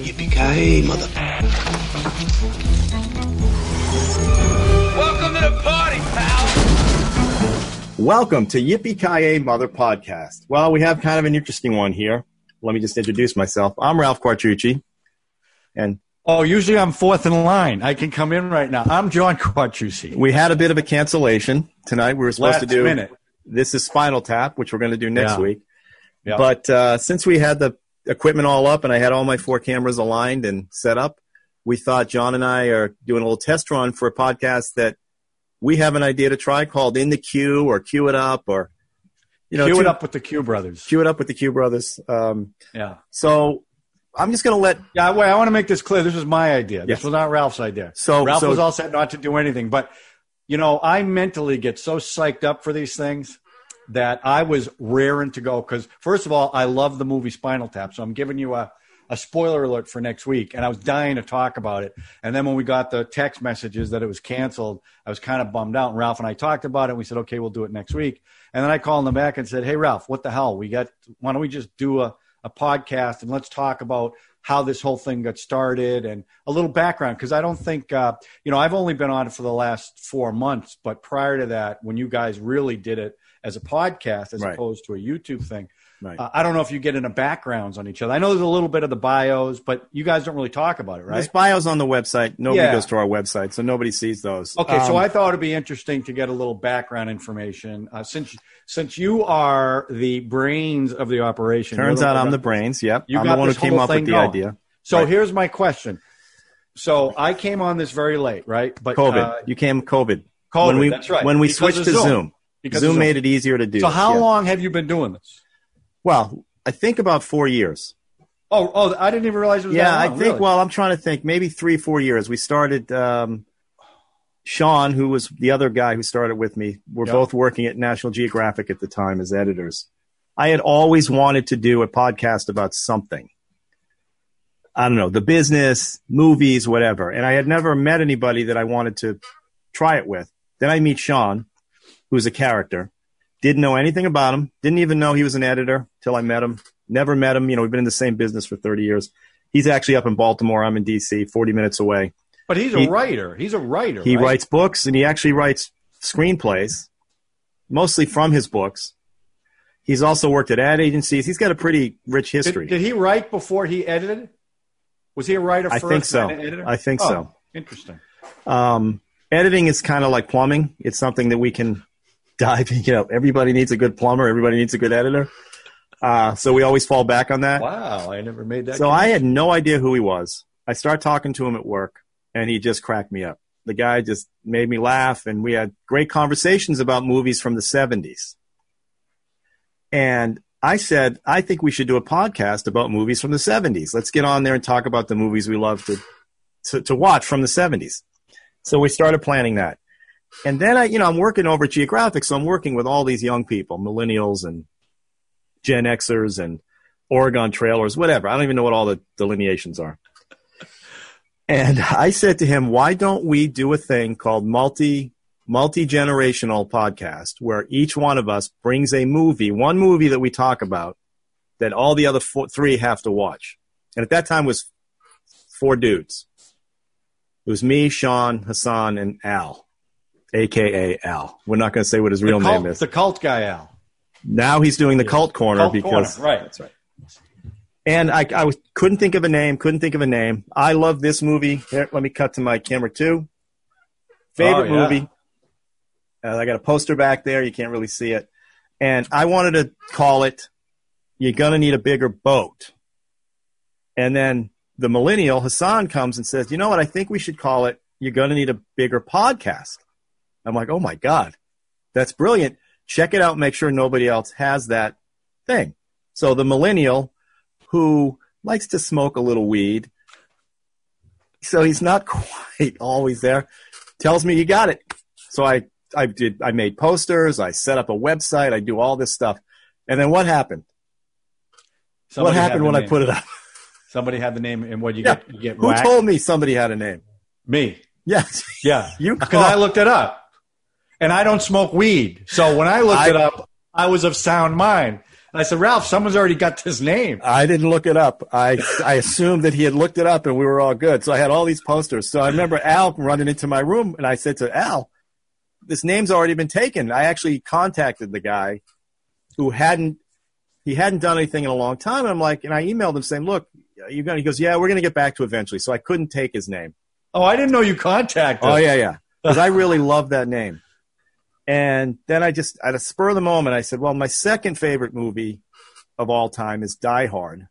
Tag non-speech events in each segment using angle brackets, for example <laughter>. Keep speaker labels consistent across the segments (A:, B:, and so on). A: Hey, mother.
B: Welcome to the party, pal.
C: Welcome to Yippee Ki Mother Podcast. Well, we have kind of an interesting one here. Let me just introduce myself. I'm Ralph Quartucci, and
D: Oh, usually I'm fourth in line. I can come in right now. I'm John Quatrucci.
C: we had a bit of a cancellation tonight. We were supposed
D: Last
C: to do
D: minute.
C: this is Spinal Tap, which we're going to do next
D: Yeah.
C: week.
D: Yeah.
C: But uh, since we had the equipment all up and I had all my four cameras aligned and set up, we thought John and I are doing a little test run for a podcast that we have an idea to try called "In the Queue" or "Queue It Up" or you know,
D: Cue it
C: two-
D: up with the Q brothers.
C: queue it up with the Q brothers. Um,
D: Yeah.
C: So I'm just going to let.
D: Yeah, wait, I want to make this clear. This was my idea. This
C: Yes.
D: was not Ralph's idea.
C: So-
D: Ralph
C: so-
D: was all set not to do anything. But you know, I mentally get so psyched up for these things that I was raring to go because first of all, I love the movie Spinal Tap. So I'm giving you a, a spoiler alert for next week. And I was dying to talk about it. And then when we got the text messages that it was canceled, I was kind of bummed out. And Ralph and I talked about it. And we said, okay, we'll do it next week. And then I called him back and said, Hey Ralph, what the hell? We got why don't we just do a, a podcast and let's talk about how this whole thing got started and a little background because I don't think uh, you know I've only been on it for the last four months, but prior to that, when you guys really did it as a podcast as
C: Right.
D: opposed to a YouTube thing,
C: Right.
D: uh, I don't know if you get into backgrounds on each other. I know there's a little bit of the bios, but you guys don't really talk about it, right?
C: There's bios on the website. Nobody
D: Yeah.
C: goes to our website, so nobody sees those.
D: Okay, so
C: Um,
D: I thought it'd be interesting to get a little background information uh, since since you are the brains of the operation.
C: turns
D: you're
C: out I'm
D: one
C: the
D: that-
C: brains. Yep,
D: You
C: I'm
D: got
C: the one who
D: this
C: came
D: whole
C: up with
D: thing
C: the
D: going.
C: idea.
D: So
C: Right.
D: here's my question. So I came on this very late, right? But
C: COVID.
D: uh,
C: you came COVID.
D: COVID,
C: When we
D: that's right,
C: when we
D: because
C: switched
D: of
C: to
D: Zoom.
C: Zoom,
D: because
C: Zoom made it easier to do.
D: So
C: this,
D: how
C: yeah.
D: long have you been doing this?
C: Well, I think about four years.
D: Oh, oh, I didn't even realize it was
C: Yeah,
D: that
C: I
D: long,
C: think.
D: really.
C: Well, I'm trying to think. Maybe three, four years. We started. Um, Sean, who was the other guy who started with me, we're
D: Yeah.
C: both working at National Geographic at the time as editors. I had always wanted to do a podcast about something. I don't know, the business, movies, whatever. And I had never met anybody that I wanted to try it with. Then I meet Sean, who's a character. Didn't know anything about him. Didn't even know he was an editor till I met him. Never met him. You know, we've been in the same business for 30 years. He's actually up in Baltimore. I'm in DC, 40 minutes away.
D: but he's a
C: he-
D: writer. He's a writer.
C: He
D: right?
C: writes books and he actually writes screenplays, mostly from his books. He's also worked at ad agencies. He's got a pretty rich
D: Did,
C: history.
D: did he write before he edited? Was he a writer?
C: I
D: first
C: think so.
D: and then an editor?
C: I think
D: Oh,
C: so.
D: Interesting.
C: Um, editing is kind of like plumbing. It's something that we can <laughs> dive. You know, everybody needs a good plumber. Everybody needs a good editor. Uh, so we always fall back on that.
D: Wow, I never made that.
C: So I had no idea who he was. I started talking to him at work and he just cracked me up. The guy just made me laugh and we had great conversations about movies from the 70s. And I said, I think we should do a podcast about movies from the 70s. Let's get on there and talk about the movies we love to, to, to watch from the 70s. So we started planning that. And then I, you know, I'm working over at Geographic, so I'm working with all these young people, millennials and Gen Xers and Oregon trailers, whatever. I don't even know what all the delineations are. And I said to him, why don't we do a thing called multi multi generational podcast where each one of us brings a movie, one movie that we talk about that all the other four, three have to watch. And at that time was four dudes. It was me, Sean, Hassan, and Al, aka Al. We're not going to say what his
D: the
C: real
D: cult,
C: name is.
D: the cult guy Al.
C: now he's doing the cult corner
D: Cult
C: because
D: corner, right?
C: that's right. And I, I was, couldn't think of a name, couldn't think of a name. I love this movie. Here, let me cut to my camera two. Favorite
D: Oh, yeah.
C: movie. Uh, I got a poster back there. You can't really see it. And I wanted to call it, You're going to need a bigger boat. And then the millennial, Hassan, comes and says, You know what? I think we should call it, You're going to need a bigger podcast. I'm like, Oh my God, that's brilliant. Check it out. Make sure nobody else has that thing. So the millennial who likes to smoke a little weed. So he's not <laughs> quite always there. Tells me you got it. So I, I did, I made posters, I set up a website, I do all this stuff. And then what happened? what
D: Somebody had
C: happened
D: the
C: when I
D: name.
C: put it up?
D: Somebody had the name, and what you
C: Yeah.
D: get? You get
C: Who
D: whacked.
C: told me somebody had a name?
D: me?
C: Yes. <laughs>
D: Yeah,
C: You
D: because <laughs> I
C: called.
D: looked it up, and I don't smoke weed. So when I looked
C: I-
D: it up, I was of sound mind. I said, Ralph, someone's already got this name.
C: I didn't look it up. I I assumed that he had looked it up and we were all good. So I had all these posters. So I remember Al running into my room and I said to Al, "This name's already been taken." I actually contacted the guy who hadn't he hadn't done anything in a long time. And I'm like, and I emailed him saying, "Look, you gonna?" He goes, "Yeah, we're gonna get back to eventually." So I couldn't take his name.
D: Oh, I didn't know you contacted.
C: Oh yeah, yeah. Because I really love that name. And then I just, at a spur of the moment, I said, "Well, my second favorite movie of all time is Die Hard,"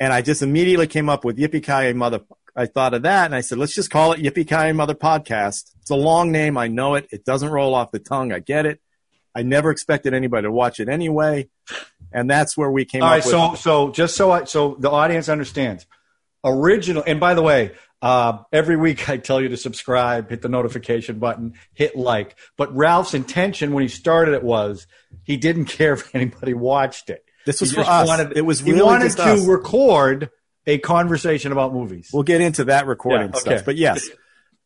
C: and I just immediately came up with Yippee Ki Mother. I thought of that, and I said, "Let's just call it Yippee Ki Mother Podcast." It's a long name, I know it. It doesn't roll off the tongue. I get it. I never expected anybody to watch it anyway, and that's where we came
D: All
C: up
D: right,
C: with.
D: so so just so I, so the audience understands, original. And by the way, uh, every week <laughs> I tell you to subscribe, hit the notification button, hit like. But Ralph's intention when he started it was he didn't <laughs> care if anybody watched it.
C: this was
D: He
C: for
D: just
C: us.
D: wanted-
C: it was
D: he
C: really
D: wanted
C: just
D: to
C: us.
D: record a conversation about movies.
C: We'll get into that recording
D: Yeah, okay.
C: stuff, but yes,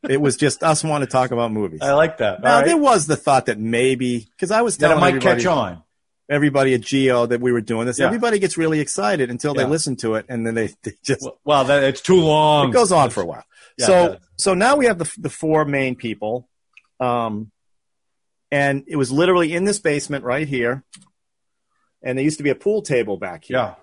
C: it was just us wanting to talk about movies.
D: I like that.
C: now
D: All right.
C: there was the thought that maybe because I was
D: that
C: telling
D: it might
C: everybody,
D: catch on.
C: everybody at Geo that we were doing this.
D: Yeah.
C: Everybody gets really excited until
D: Yeah.
C: they listen to it, and then they, they just
D: Well, that, it's too long.
C: it goes on for a while.
D: Yeah,
C: so
D: yeah.
C: so now we have the the four main people, um, and it was literally in this basement right here, and there used to be a pool table back here,
D: yeah,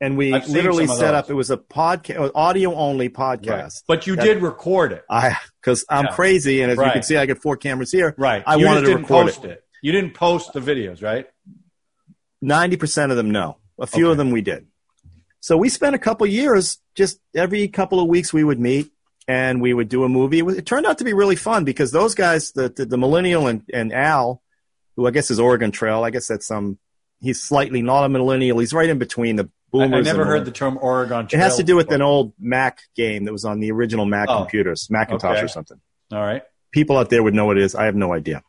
C: and we
D: I've seen
C: literally
D: some of
C: set
D: those.
C: up. It was a podcast, audio only
D: right.
C: podcast.
D: But you
C: That-
D: did record it,
C: I because I'm
D: Yeah.
C: crazy, and as you can
D: Right.
C: see, I got four cameras here.
D: right?
C: I
D: you
C: wanted
D: just
C: to
D: didn't
C: record
D: post it. You didn't post the videos, right?
C: Ninety percent of them, no. A few
D: Okay.
C: of them we did. So we spent a couple years. Just every couple of weeks, we would meet and we would do a movie. It, was, it turned out to be really fun because those guys, the the, the millennial and, and Al, who I guess is Oregon Trail. I guess that's some. He's slightly not a millennial. He's right in between the
D: I, I
C: boomers.
D: never
C: and
D: heard the term Oregon
C: It
D: Trail.
C: has to do with an
D: before.
C: old Mac game that was on the original Mac
D: Oh.
C: computers, Macintosh
D: Okay.
C: or something.
D: All right.
C: people out there would know what it is. I have no idea.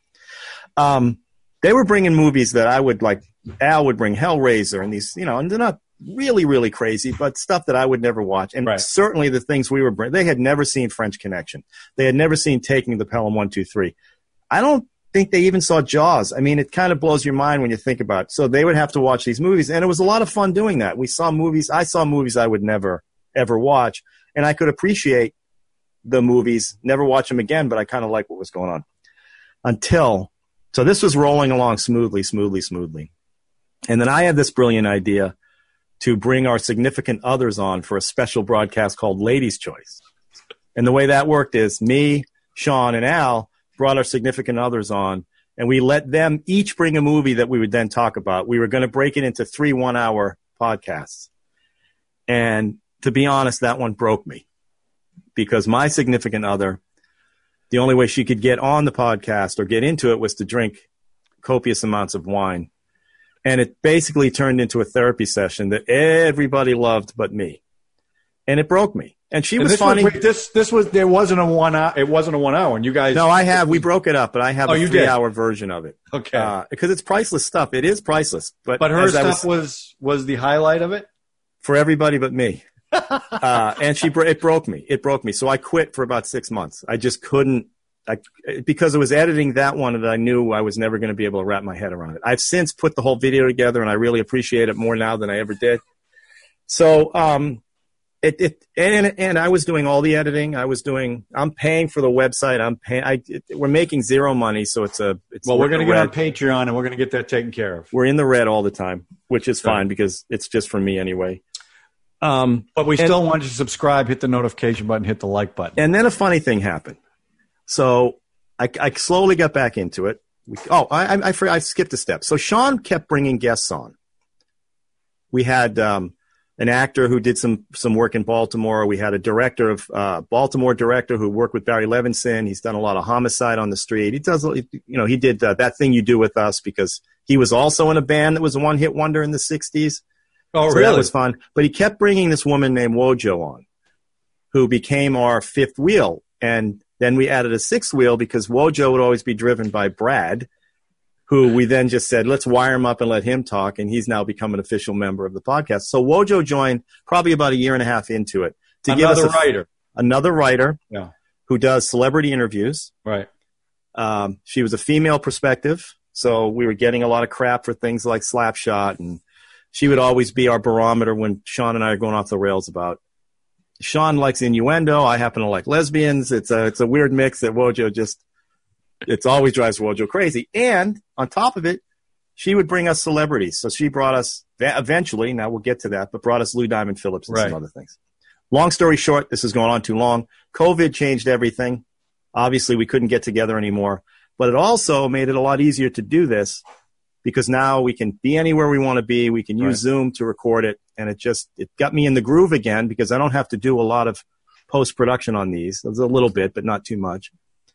C: Um, they were bringing movies that I would like. Al would bring Hellraiser and these, you know, and they're not really, really crazy, but stuff that I would never watch. And
D: Right.
C: certainly the things we were bringing, they had never seen French Connection. They had never seen Taking the Pelham One Two Three. I don't think they even saw Jaws. I mean, it kind of blows your mind when you think about. it. So they would have to watch these movies, and it was a lot of fun doing that. We saw movies. I saw movies I would never ever watch, and I could appreciate the movies, never watch them again, but I kind of like what was going on. Until, so this was rolling along smoothly, smoothly, smoothly. And then I had this brilliant idea to bring our significant others on for a special broadcast called Ladies' Choice. And the way that worked is me, Sean, and Al brought our significant others on, and we let them each bring a movie that we would then talk about. We were going to break it into three one hour podcasts. And to be honest, that one broke me because my significant other, the only way she could get on the podcast or get into it was to drink copious amounts of wine. And it basically turned into a therapy session that everybody loved but me. And it broke me. And she
D: And
C: was
D: this
C: funny.
D: Was, wait, this this was there wasn't a one hour. It wasn't a one hour, and you guys.
C: no, I have. We broke it up, but I have
D: Oh,
C: a
D: you did.
C: three hour version of it.
D: okay.
C: Because it's priceless stuff. It is priceless. But,
D: but her
C: Uh, as I
D: stuff
C: was-
D: was, was the highlight of it.
C: for everybody but me. uh, and she bro- it broke me. It broke me. So I quit for about six months. I just couldn't. I, because it was editing that one that I knew I was never going to be able to wrap my head around it. I've since put the whole video together, and I really appreciate it more now than I ever did. So, um, it, it and and I was doing all the editing. I was doing. I'm paying for the website. I'm paying. I it, we're making zero money, so it's a. It's
D: Well, we're going to
C: red
D: get on Patreon, and we're going to get that taken care of.
C: we're in the red all the time, which is
D: Right.
C: fine because it's just for me anyway. Um,
D: But we still want you to subscribe, hit the notification button, hit the like button.
C: and then a funny thing happened. So I, I slowly got back into it. We, oh, I, I, I, for- I skipped a step. So Sean kept bringing guests on. We had um, an actor who did some some work in Baltimore. We had a director of uh, Baltimore director who worked with Barry Levinson. He's done a lot of homicide on the street. He does, you know, he did uh, that thing you do with us because he was also in a band that was a one hit wonder in the '60s.
D: oh,
C: So that was fun. But he kept bringing this woman named Wojo on, who became our fifth wheel. And then we added a sixth wheel because Wojo would always be driven by Brad, who we then just said, let's wire him up and let him talk. And he's now become an official member of the podcast. So Wojo joined probably about a year and a half into it to
D: another
C: give us a-
D: writer.
C: another writer
D: Yeah.
C: who does celebrity interviews.
D: Right.
C: Um, she was a female perspective. So we were getting a lot of crap for things like Slapshot, and she would always be our barometer when Sean and I are going off the rails about. Sean likes innuendo. I happen to like lesbians. It's a it's a weird mix that Wojo just it's always drives Wojo crazy. And on top of it, she would bring us celebrities. So she brought us e-, eventually. Now we'll get to that, but brought us Lou Diamond Phillips and
D: Right.
C: some other things. Long story short, this is going on too long. COVID changed everything. Obviously, we couldn't get together anymore, but it also made it a lot easier to do this because now we can be anywhere we want to be. We can use
D: Right.
C: Zoom to record it, and it just it got me in the groove again because I don't have to do a lot of post production on these. There's a little bit, but not too much.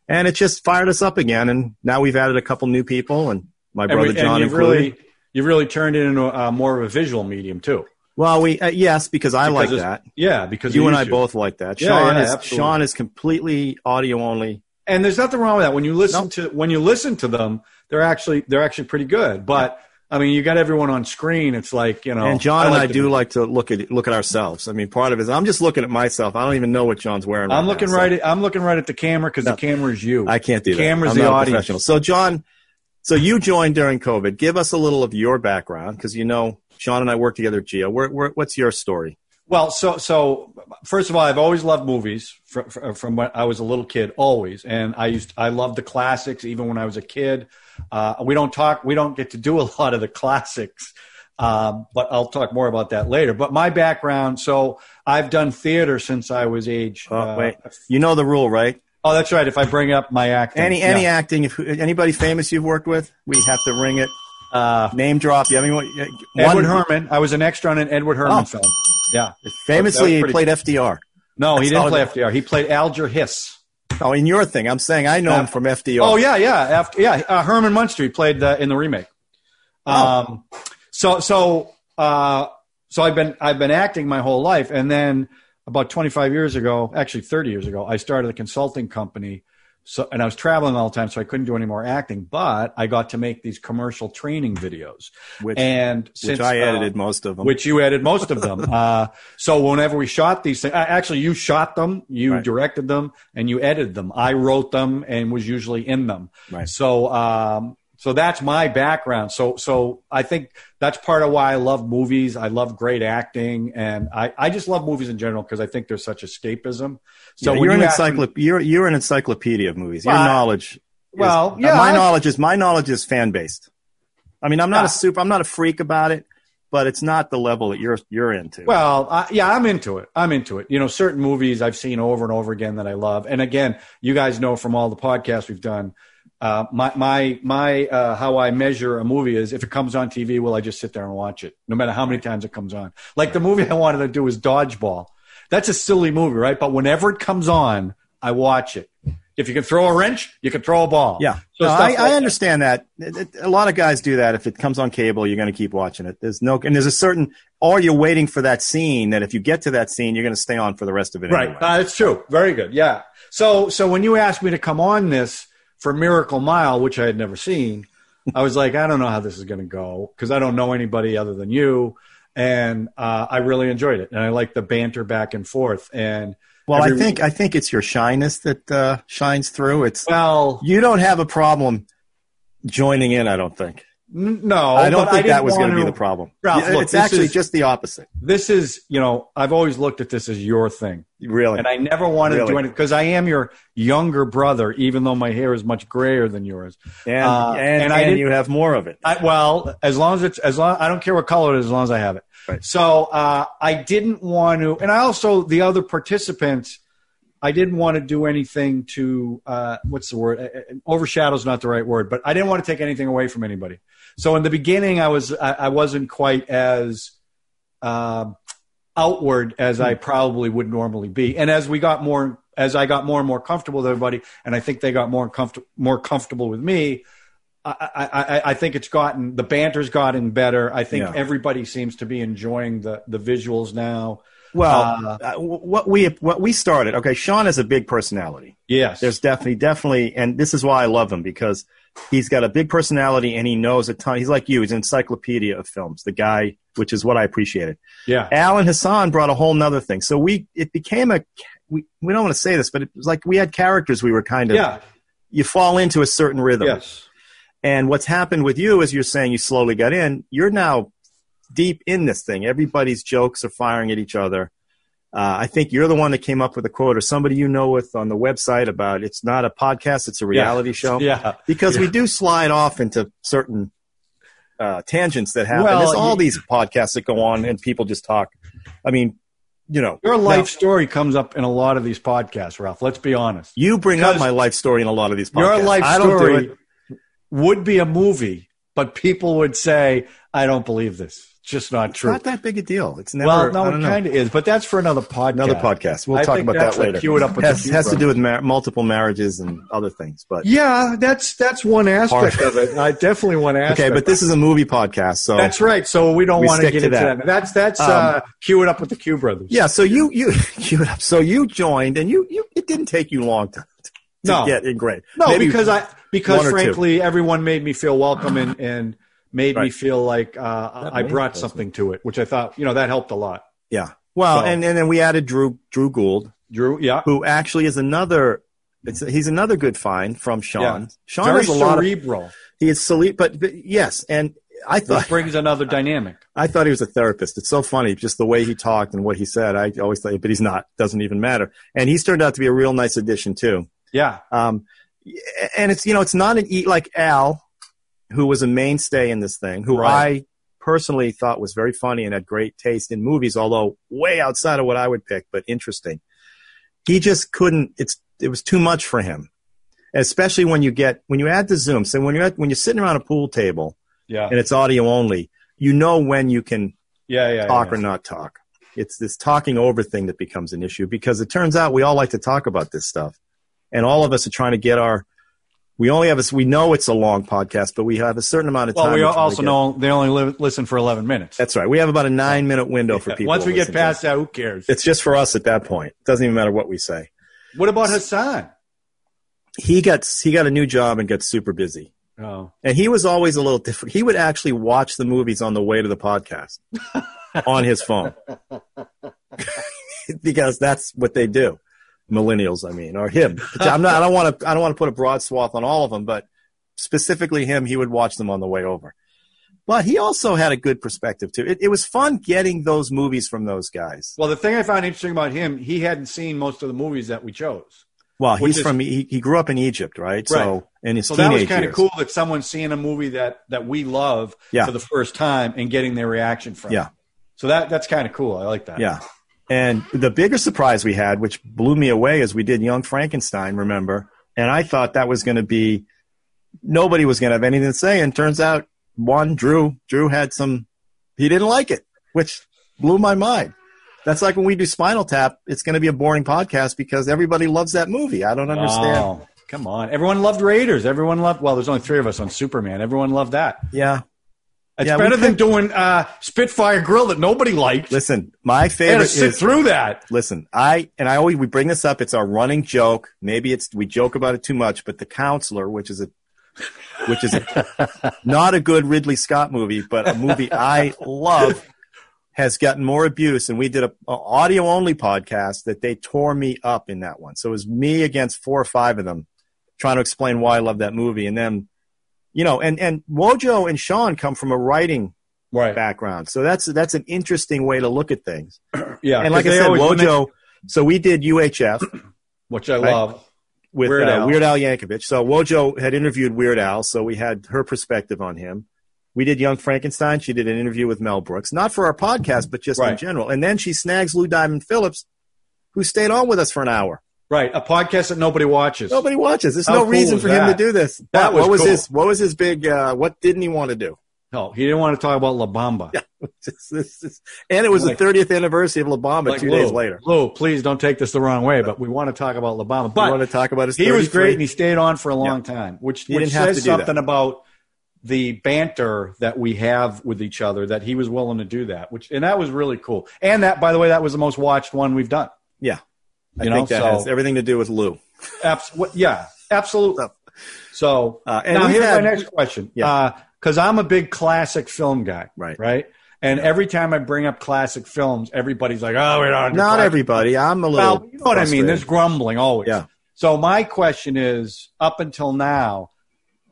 C: And it just fired us up again, and now we've added a couple new people and my brother
D: and, we-
C: John
D: and you
C: included.
D: really you really turned it into uh, more of a visual medium too.
C: Well, we uh, yes, because I
D: Because
C: like
D: it's-
C: that.
D: Yeah, because
C: You
D: of
C: and I
D: YouTube.
C: both like that.
D: Yeah,
C: Sean
D: yeah,
C: is
D: absolutely.
C: Sean is completely audio only.
D: and there's nothing wrong with that. When you listen
C: No.
D: to when you listen to them, they're actually they're actually pretty good. But I mean, you got everyone on screen. It's like you know,
C: and John and
D: like
C: I
D: the-
C: do like to look at look at ourselves. I mean, part of it is I'm just looking at myself. I don't even know what John's wearing.
D: I'm
C: now,
D: looking
C: so
D: right. At, I'm looking right at the camera because
C: No.
D: the camera is you.
C: I can't do that.
D: Camera's
C: I'm
D: the
C: not a
D: audience.
C: professional. So John, so you joined during COVID. Give us a little of your background because you know Sean and I work together. at Geo, where, where, what's your story?
D: Well, so so first of all, I've always loved movies from, from when I was a little kid, always, and I used I loved the classics even when I was a kid. Uh, we don't talk, we don't get to do <laughs> a lot of the classics, um, but I'll talk more about that later. But my background, so I've done theater since I was age.
C: Oh,
D: uh,
C: wait, you know the rule, right?
D: oh, that's right. If I bring up my acting,
C: Any any
D: yeah.
C: acting, if anybody famous you've worked with, we have to ring it.
D: uh,
C: Name drop. I mean, what-
D: Edward
C: uh, one-
D: Herman. I was an extra on an Edward Herman
C: Oh.
D: film. Yeah,
C: Famously,
D: That was
C: he played FDR.
D: no, he
C: That's
D: didn't
C: all
D: play
C: I-
D: FDR. He played Alger Hiss.
C: Oh, in your thing, I'm saying I know him from FDR.
D: Oh yeah, yeah. After yeah, uh, Herman Munster he played the, in the remake.
C: Oh.
D: Um, so so uh, so I've been I've been acting my whole life, and then about 25 years ago, actually 30 years ago, I started a consulting company. So and I was traveling all the time, so I couldn't do any more acting. But I got to make these commercial training videos,
C: which,
D: and since
C: which I
D: uh,
C: edited most of them.
D: which you edited most
C: <laughs>
D: of them. Uh, so whenever we shot these things, actually, you shot them, you
C: Right.
D: directed them, and you edited them. I wrote them and was usually in them.
C: Right.
D: So, um, so that's my background. So, so I think that's part of why I love movies. I love great acting, and I, I just love movies in general because I think there's such escapism. So
C: so
D: when
C: you're an
D: you ask me-
C: encyclopedia. You're, you're an encyclopedia of movies. Your
D: Well, I-
C: knowledge.
D: well,
C: is,
D: yeah,
C: My
D: I-
C: knowledge is my knowledge is fan based. I mean, I'm not
D: Yeah.
C: a super. I'm not a freak about it, but it's not the level that you're you're into.
D: Well, I, yeah, I'm into it. I'm into it. You know, certain movies I've seen over and over again that I love. And again, you guys know from all the podcasts we've done, uh, my my my uh, how I measure a movie is if it comes on TV, will I just sit there and watch it, no matter how many times it comes on. Like the movie I wanted to do was Dodgeball. That's a silly movie, right? But whenever it comes on, I watch it. If you can throw a wrench, you can throw a ball.
C: yeah.
D: So
C: No,
D: stuff
C: I,
D: like
C: I
D: that.
C: understand that. It- it- a lot of guys do that. If it comes on cable, you're going to keep watching it. There's no, and there's a certain, or you're waiting for that scene. That if you get to that scene, you're going to stay on for the rest of it.
D: Right.
C: Anyway.
D: Uh, that's true. Very good. Yeah. So so when you asked me to come on this for Miracle Mile, which I had never seen, I was like, I don't know how this is going to go because I don't know anybody other than you, and uh, I really enjoyed it, and I like the banter back and forth, and
C: Well, I
D: every-
C: think I think it's your shyness that uh, shines through. It's
D: well,
C: you don't have a problem joining in. I don't think.
D: n- no,
C: Oh, I don't
D: but
C: think
D: didn't
C: that was going to
D: wanna-
C: be the problem.
D: Ralph,
C: Yeah,
D: look,
C: it's
D: this
C: actually
D: is-
C: just the opposite.
D: This is, you know, I've always looked at this as your thing.
C: Really.
D: And I never wanted to do
C: Really?
D: anything because I am your younger brother, even though my hair is much grayer than yours.
C: and
D: uh,
C: and,
D: and
C: and,
D: I didn't-
C: you have more of it.
D: I, well, as long as it's as long, I don't care what color it is, as long as I have it.
C: Right.
D: So uh, I didn't want to, and I also the other participants, I didn't want to do anything to uh, what's the word? Uh, uh, Overshadow's not the right word, but I didn't want to take anything away from anybody. So in the beginning, I was I, I wasn't quite as um outward as I probably would normally be, and as we got more, as I got more and more comfortable with everybody, and I think they got more comfortable more comfortable with me. I, I, I- I think it's gotten the banter's gotten better. I think
C: Yeah.
D: everybody seems to be enjoying the the visuals now.
C: Well,
D: Uh,
C: uh, w- what we what we started. Okay, Sean is a big personality.
D: Yes,
C: There's definitely definitely, and this is why I love him because he's got a big personality and he knows a ton. He's like you. He's an encyclopedia of films. The guy, which is what I appreciated.
D: yeah,
C: Alan Hassan brought a whole nother thing. So we it became a we, we don't want to say this, but it was like we had characters we were kind of
D: yeah,
C: you fall into a certain rhythm.
D: yes,
C: And what's happened with you is you're saying you slowly got in. You're now deep in this thing. Everybody's jokes are firing at each other. Uh, I think you're the one that came up with a quote or somebody you know with on the website about it's not a podcast, it's a reality show.
D: Yeah.
C: Because we
D: Yeah.
C: do slide off into certain uh, tangents that happen.
D: Well,
C: There's all
D: you-
C: these podcasts that go on and people just talk. I mean, you know,
D: Your
C: now,
D: life story comes up in a lot of these podcasts, Ralph. Let's be honest.
C: you bring up
D: because
C: my life story in a lot of these podcasts.
D: Your life
C: I don't do
D: story
C: it.
D: would be a movie, but people would say, I don't believe this. It's just not
C: It's
D: true.
C: not that big a deal. It's never.
D: well,
C: I
D: no,
C: don't
D: it
C: know.
D: kind of is, but that's for another podcast.
C: another podcast. We'll
D: I
C: talk
D: think
C: about
D: that's
C: that
D: what
C: later.
D: queue it up with
C: has,
D: the
C: has to
D: Cube
C: do with mar- multiple marriages and other things, but
D: Yeah, that's that's one aspect of it. I definitely one aspect.
C: okay. But this is a movie podcast, so
D: that's right. So we don't
C: We
D: want to
C: stick
D: get
C: to
D: into that.
C: that. Um,
D: That's that's uh, cue it up with the Q brothers.
C: yeah. So you you <laughs> queue it up. So you joined, and you you it didn't take you long to, to
D: No.
C: get in grade.
D: No,
C: Maybe-
D: because I
C: one
D: because
C: or two.
D: frankly everyone made me feel welcome and and made me
C: Right.
D: feel like uh,
C: That
D: I
C: made
D: brought
C: sense.
D: something to it, which I thought you know that helped a lot.
C: yeah. Well,
D: So-
C: and and then we added Drew Drew Gould,
D: Drew, yeah,
C: who actually is another. It's, he's another good find from Sean.
D: Yeah.
C: Sean
D: very
C: has a lot of
D: cerebral,
C: he is solid, but, but yes, and I thought <laughs>
D: which brings another dynamic.
C: I thought he was a therapist. It's so funny, just the way he talked and what he said. I always thought, but he's not. Doesn't even matter. And he's turned out to be a real nice addition too.
D: Yeah,
C: Um, and it's you know, it's not an eat like Al, who was a mainstay in this thing, who
D: Right.
C: I personally thought was very funny and had great taste in movies, although way outside of what I would pick, but interesting. He just couldn't. It's it was too much for him, especially when you get when you add the Zoom. So when you're at, when you're sitting around a pool table
D: yeah,
C: and it's audio only. You know when you can
D: yeah, yeah.
C: talk
D: yeah.
C: or not talk. It's this talking over thing that becomes an issue because it turns out we all like to talk about this stuff, and all of us are trying to get our. We only have a, we know it's a long podcast, but we have a certain amount of time.
D: Well, we
C: we're trying
D: also
C: to get-
D: know they only li- listen for eleven minutes.
C: that's right. We have about a nine minute window for people.
D: Once
C: to
D: we get
C: listen to.
D: past that, who cares?
C: it's just for us at that point. It doesn't even matter what we say.
D: What about Hassan?
C: He got he got a new job and got super busy,
D: Oh,
C: and he was always a little different. He would actually watch the movies on the way to the
D: <laughs>
C: podcast on his phone. <laughs> because that's what they do. Millennials, I mean, or him. I'm not. I don't want to. I don't want to put a broad swath on all of them, but specifically him, he would watch them on the way over. But he also had a good perspective too. It, it was fun getting those movies from those guys.
D: well, the thing I found interesting about him, he hadn't seen most of the movies that we chose.
C: Well,
D: Which
C: he's
D: is-
C: from. E, He, he grew up in Egypt, right? So
D: Right.
C: in his
D: So that
C: teenage
D: was kind of
C: years.
D: cool that someone's seeing a movie that that we love
C: Yeah.
D: for the first time and getting their reaction from. it.
C: Yeah.
D: So that that's kind of cool. I like that.
C: Yeah. And the bigger surprise we had, which blew me away, is we did Young Frankenstein, remember? And I thought that was going to be nobody was going to have anything to say. And turns out one, Drew, Drew had some, he didn't like it, which blew my mind. That's like when we do Spinal Tap, it's going to be a boring podcast because everybody loves that movie. I don't understand.
D: Wow. Come on. Everyone loved Raiders. Everyone loved. Well, there's only three of us on Superman. Everyone loved that.
C: Yeah.
D: It's
C: Yeah, we
D: better than doing uh, Spitfire Grill that nobody liked.
C: Listen, my
D: I had
C: favorite
D: to sit
C: is
D: through that.
C: listen, I and I always we bring this up. It's our running joke. Maybe it's we joke about it too much, but the counselor, which is a which is a, not a good Ridley Scott movie, but a movie I love, has gotten more abuse. And we did a, a audio only podcast that they tore me up in that one. So it was me against four or five of them, trying to explain why I love that movie. And then, you know, and and Wojo and Sean come from a writing
D: Right.
C: background, so that's that's an interesting way to look at things
D: Yeah.
C: and like I
D: 'cause they
C: said,
D: always limit-
C: Wojo. So we did UHF
D: which I
C: right?
D: love.
C: with
D: Weird
C: Weird, uh,
D: Al.
C: Al. Weird Al Yankovic. So Wojo had interviewed Weird Al, so we had her perspective on him. We did Young Frankenstein. She did an interview with Mel Brooks, not for our podcast, but just in
D: Right.
C: general. And then she snags Lou Diamond Phillips, who stayed on with us for an hour.
D: Right. A podcast that nobody watches.
C: Nobody watches. There's
D: How
C: no
D: cool
C: reason
D: was
C: for him
D: that?
C: to do this.
D: That
C: But
D: was
C: what was
D: cool.
C: his what was his big uh, what didn't he want to do? <laughs>
D: No, he didn't want to talk about La Bamba.
C: This- this- this- and it was
D: Like-
C: the 30th anniversary of La Bamba two
D: Lou,
C: days later.
D: Lou, please don't take this the wrong way, but we want to talk about Labama.
C: you want
D: But
C: to talk about his
D: he was
C: 33?
D: great and he stayed on for a long time, which,
C: He
D: which
C: didn't have
D: says
C: to do that.
D: something about the banter that we have with each other that he was willing to do that, which and that was really cool. And that, by the way, that was the most watched one we've done.
C: Yeah. I
D: You know,
C: think that
D: so-
C: has everything to do with Lou.
D: Abs- what- yeah, absolutely.
C: So-
D: So
C: Uh, and
D: now
C: we
D: here's
C: had-
D: my next question.
C: Yeah.
D: Because I'm a big classic film guy,
C: Right.
D: Right. And every time I bring up classic films, everybody's like, "Oh, we don't." do
C: Not
D: classic
C: everybody. I'm a little.
D: Well, you know what I mean.
C: frustrated.
D: There's grumbling always.
C: Yeah.
D: So my question is, up until now,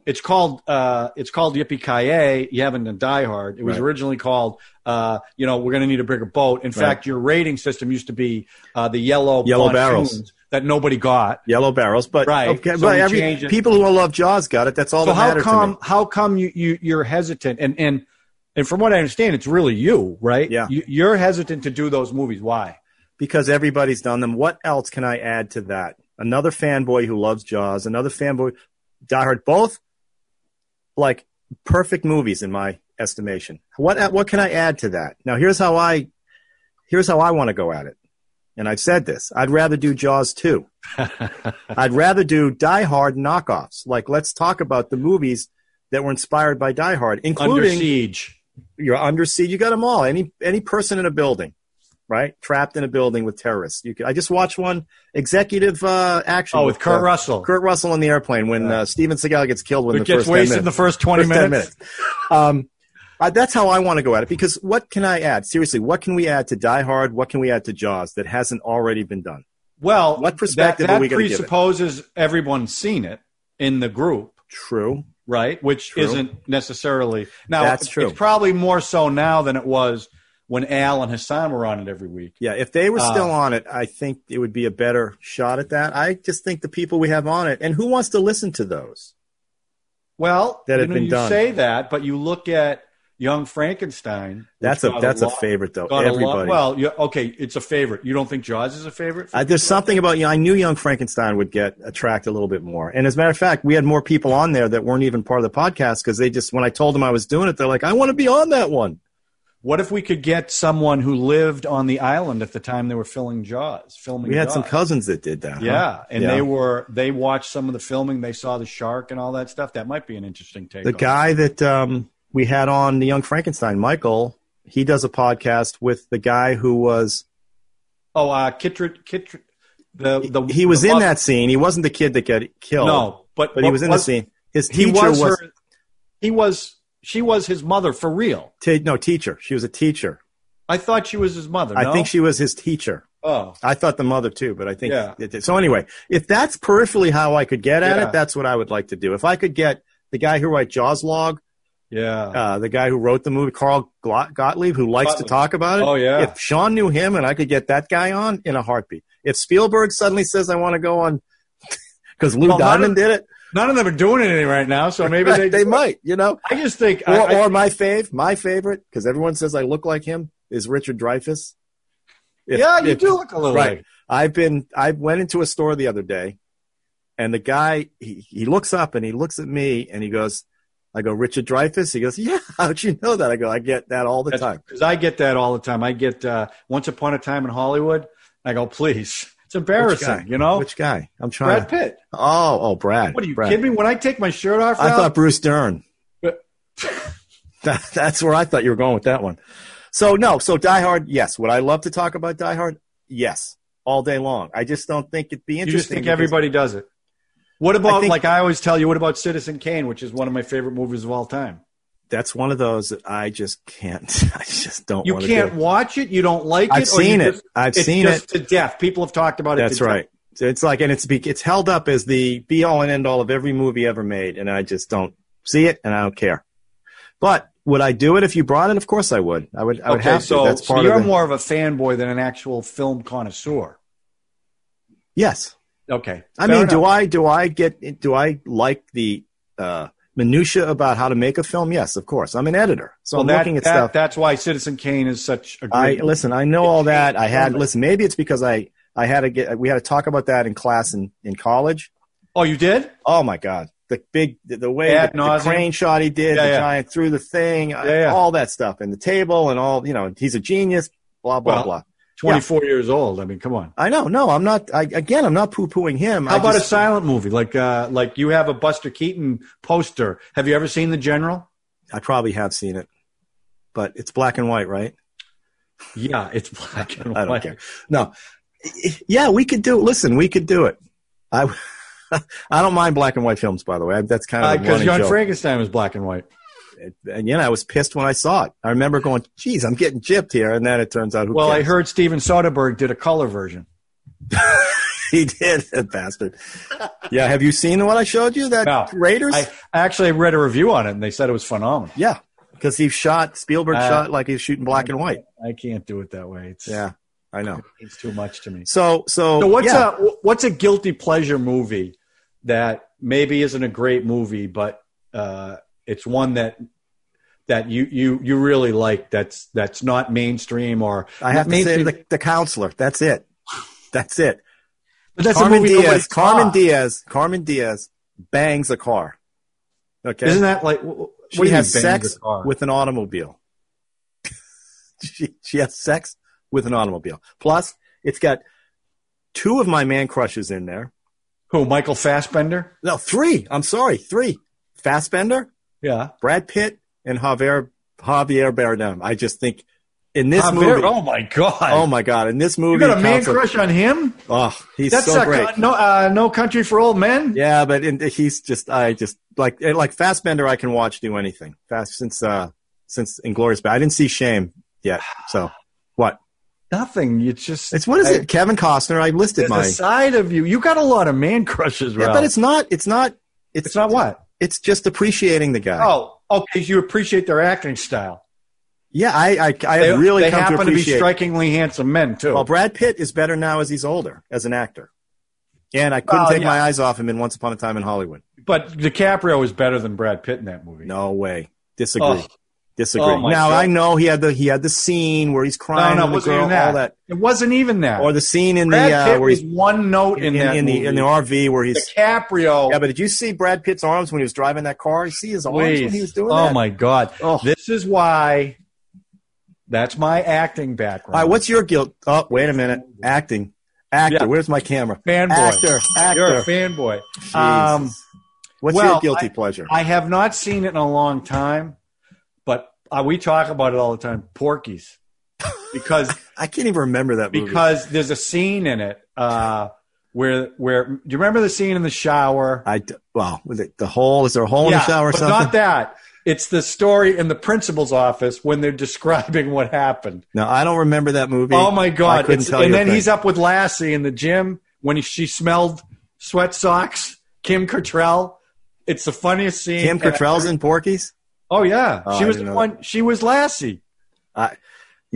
D: It's called uh, it's called Yippee Ki Yay. You haven't done Die Hard. It was
C: Right.
D: originally called uh, you know we're going to need a bigger boat. In fact, your rating system used to be uh, the yellow
C: Yellow
D: pontoons
C: barrels.
D: that nobody got.
C: Yellow barrels, but
D: Right.
C: Okay,
D: So
C: but
D: we
C: every,
D: change it.
C: people who all love Jaws got it. That's all
D: So
C: that
D: how
C: matters to
D: come
C: me.
D: how come you, you you're hesitant and and and from what I understand, it's really you, right?
C: Yeah.
D: You, you're hesitant to do those movies. Why?
C: Because everybody's done them. What else can I add to that? Another fanboy who loves Jaws. Another fanboy, Die Hard. Both like perfect movies in my estimation. What what can I add to that? Now here's how I here's how I want to go at it. And I've said this. I'd rather do Jaws too. I'd rather do Die Hard knockoffs. Like let's talk about the movies that were inspired by Die Hard,
D: Under
C: including
D: siege.
C: you're under siege. You got them all. Any any person in a building, right? Trapped in a building with terrorists. You could, I just watched one executive uh, action.
D: Oh, with Kurt
C: uh,
D: Russell.
C: Kurt Russell on the airplane when uh, Steven Seagal gets killed when
D: it
C: the
D: gets
C: first 10
D: wasted in
C: minutes.
D: the first 20
C: First 10
D: minutes.
C: Um, I, that's how I want to go at it because what can I add? Seriously, what can we add to Die Hard? What can we add to Jaws that hasn't already been done?
D: Well,
C: What perspective
D: that, that
C: are we gonna give it?
D: presupposes everyone's seen it in the group,
C: True.
D: right? Which
C: True.
D: isn't necessarily now.
C: That's true.
D: It's probably more so now than it was when Al and Hassan were on it every week.
C: Yeah, if they were
D: Uh,
C: still on it, I think it would be a better shot at that. I just think the people we have on it, and who wants to listen to those?
D: Well,
C: That
D: you,
C: had
D: know,
C: been
D: you
C: done.
D: say that, but you look at Young Frankenstein. which
C: That's a
D: got
C: that's a
D: lot-
C: favorite though.
D: got a lot-
C: Everybody.
D: well, you, okay, it's a favorite. You don't think Jaws is a favorite?
C: I, there's something about you. know, I knew Young Frankenstein would get attract a little bit more. And as a matter of fact, we had more people on there that weren't even part of the podcast because they just when I told them I was doing it, they're like, I want to be on that
D: Oh
C: one.
D: What if we could get someone who lived on the island at the time they were filming Jaws? Filming.
C: We had some
D: Jaws?
C: cousins that did that. huh? <laughs>
D: Yeah, and
C: Yeah.
D: they were they watched some of the filming. They saw the shark and all that stuff. That might be an interesting take.
C: the
D: on it.
C: guy that um, we had on the Young Frankenstein, Michael, he does a podcast with the guy who was
D: Oh, uh, Kittred, Kittred, the the
C: he was
D: the
C: in
D: mother-
C: that scene. He wasn't the kid that got killed.
D: No, but
C: but he was in the scene. His
D: He
C: teacher
D: was,
C: was,
D: her. He was. She was his mother for real.
C: t- no teacher. She was a teacher.
D: I thought she was his mother.
C: I
D: no?
C: think she was his teacher.
D: Oh,
C: I thought the mother too, but I think
D: Yeah.
C: it did. so. Anyway, if that's peripherally how I could get at
D: Yeah.
C: it, that's what I would like to do. If I could get the guy who wrote Jaws log,
D: yeah.
C: uh, the guy who wrote the movie, Carl Glot- Gottlieb, who likes to
D: Gottlieb.
C: talk about it.
D: Oh, yeah.
C: If Sean knew him, and I could get that guy on in a heartbeat. If Spielberg suddenly says I want to go on <laughs> because Lou
D: Well, none
C: Diamond
D: of-
C: did it,
D: None of them are doing anything right now, so <laughs> maybe
C: <laughs>
D: they.
C: they might, you know.
D: I just think.
C: Or,
D: I, I-
C: or my fave, my favorite, because everyone says I look like him is Richard Dreyfuss. If-
D: yeah, you
C: if-
D: do look a little
C: Right.
D: like-
C: I've been I went into a store the other day and the guy he, he looks up and he looks at me and he goes, I go, Richard Dreyfus? He goes, Yeah, <laughs> how'd you know that? I go, I get that all the time.
D: Because I get that all the time. I get uh, Once Upon a Time in Hollywood. I go, please. It's
C: guy?
D: embarrassing, you know?
C: Which guy? I'm trying
D: Brad
C: to
D: Pitt.
C: Oh, oh Brad.
D: What are you
C: Brad.
D: kidding me? When I take my shirt off,
C: I
D: Ralph,
C: thought Bruce Dern.
D: But-
C: <laughs> That- that's where I thought you were going with that one. So no, so Die Hard, yes. Would I love to talk about Die Hard? Yes. All day long. I just don't think it'd be
D: you
C: interesting.
D: just think
C: because-
D: everybody does it. What about
C: I think-
D: like I always tell you? What about Citizen Kane, which is one of my favorite movies of all time?
C: that's one of those that I just can't <laughs> I just don't
D: You
C: want to do.
D: can't watch it. You don't like
C: I've
D: it. or you
C: seen it.
D: just-
C: I've
D: it's
C: seen
D: just to death. People have talked about it.
C: That's
D: to
C: right. So it's like, and it's be, it's held up as the be all and end all of every movie ever made, and I just don't see it, and I don't care. But would I do it if you brought it? Of course I would. I would. I
D: Death.
C: would
D: okay,
C: have
D: so,
C: to. That's
D: so
C: part
D: you're
C: of the,
D: more of a fanboy than an actual film connoisseur.
C: Yes,
D: Okay,
C: I mean, do I do I get do I like the uh, minutia about how to make a film? Yes, of course. I'm an editor, so I'm
D: that,
C: looking at
D: that-
C: stuff.
D: That's why Citizen Kane is such a
C: I
D: great.
C: listen. I know all that. I had
D: Totally.
C: listen. Maybe it's because I I had to get. We had to talk about that in class in in college.
D: oh, you did?
C: Oh my God. The big, the, the way
D: Ad
C: the, the
D: nauseam.
C: crane shot he did,
D: Yeah,
C: the
D: yeah.
C: giant threw the thing, uh,
D: Yeah, yeah.
C: all that stuff, and the table, and all, you know, he's a genius, blah, blah,
D: Well-
C: blah.
D: Twenty-four years old. I mean, come on.
C: I know. No, I'm not, I, again, I'm not poo pooing him.
D: How
C: I
D: about
C: just,
D: a silent movie? Like uh, like you have a Buster Keaton poster. Have you ever seen The General?
C: I probably have seen it, but it's black and white, right?
D: Yeah, it's black and white.
C: I don't care. No. Yeah, we could do it. Listen, we could do it. I, <laughs> I don't mind black and white films, by the way. That's kind of a
D: Because
C: running
D: Young
C: joke.
D: Frankenstein was black and white.
C: and you know, I was pissed when I saw it. I remember going, "Geez, I'm getting gypped here," and then it turns out, who
D: Well, I
C: cares?
D: heard Steven Soderbergh did a color version.
C: <laughs> he did, that bastard. Yeah, have you seen the one I showed you? That
D: No.
C: Raiders?
D: I actually read a review on it and they said it was phenomenal.
C: yeah, because he shot Spielberg
D: Uh,
C: shot like he's shooting black and white.
D: I can't do it that way. It's
C: Yeah, I know.
D: it's too much to me.
C: So, so,
D: So what's uh,
C: yeah.
D: a what's a guilty pleasure movie that maybe isn't a great movie, but uh, it's one that that you you you really like that's that's not mainstream or
C: I have to say
D: mainstream-
C: the, the counselor. That's it. That's it.
D: but that's
C: Carmen
D: a movie nobody
C: Diaz. Carmen
D: saw.
C: Diaz. Carmen Diaz bangs a car. Okay.
D: Isn't that like wh- wh- what do
C: she
D: you
C: has
D: mean, bang
C: sex
D: the car?
C: with an automobile. <laughs> she, she has sex with an automobile. Plus, it's got two of my man crushes in there.
D: who Michael Fassbender?
C: No, three. I'm sorry, three. Fassbender,
D: Yeah,
C: Brad Pitt, and Javier Javier Bardem. I just think in this
D: Javier-
C: movie.
D: Oh my god!
C: Oh my god! In this movie,
D: you got a man
C: Counselor-
D: crush on him?
C: Oh, he's
D: That's
C: so
D: a-
C: great.
D: no uh, no country for old men.
C: Yeah, but in, he's just I just like like Fassbender. I can watch do anything fast since uh since Inglorious. But I didn't see Shame yet. So what?
D: Nothing. You just
C: It's what is
D: I-
C: it? Kevin Costner. I listed
D: There's
C: my.
D: a side of you. You got a lot of man crushes,
C: Yeah,
D: Ralph.
C: but it's not. It's not. It's,
D: It's not what.
C: It's just appreciating the guy.
D: Oh, okay. You appreciate their acting style.
C: yeah. I I, I have really
D: they
C: come to
D: happen to, be
C: appreciate.
D: strikingly handsome men too.
C: well, Brad Pitt is better now as he's older as an actor, and I couldn't
D: Well,
C: take
D: yeah.
C: my eyes off him in Once Upon a Time in Hollywood.
D: but DiCaprio is better than Brad Pitt in that movie.
C: No way. Disagree.
D: Oh.
C: Disagree.
D: Oh, my
C: now
D: God.
C: I know he had the he had the scene where he's
D: no,
C: crying
D: no, it
C: with the girl,
D: wasn't even that.
C: all that.
D: It wasn't even that.
C: or the scene in
D: Brad
C: the uh,
D: Pitt
C: where
D: was
C: he's
D: one note
C: in,
D: in, that
C: in the in the
D: movie.
C: RV where he's.
D: DiCaprio.
C: Yeah, but did you see Brad Pitt's arms when he was driving that car? You see his arms when he was
D: please.
C: doing
D: Oh
C: that.
D: my God.
C: Oh.
D: This is why. That's my acting background.
C: All right, what's your guilt? Oh, wait a minute. Acting, actor.
D: Yeah.
C: Where's my camera?
D: fanboy?
C: Actor, actor.
D: You're a fanboy.
C: Jesus.
D: Um,
C: what's
D: well,
C: your guilty pleasure?
D: I have not seen it in a long time, but uh, we talk about it all the time. <laughs> Porky's, because
C: I can't even remember that movie.
D: because there's a scene in it uh, where where do you remember the scene in the shower?
C: I d- well, was it the hole? Is there a hole in the shower or
D: but
C: something?
D: not that. It's the story in the principal's office when they're <laughs> describing what happened.
C: no, I don't remember that movie.
D: Oh my god!
C: I couldn't
D: It's-
C: tell
D: and
C: you a
D: then
C: thing.
D: he's up with Lassie in the gym when he, she smelled sweat socks. Kim Cattrall. It's the funniest scene.
C: Kim
D: And-
C: Cattrall's in Porky's.
D: Oh yeah,
C: Oh,
D: she
C: I
D: was
C: didn't
D: the
C: know
D: one. She was Lassie.
C: You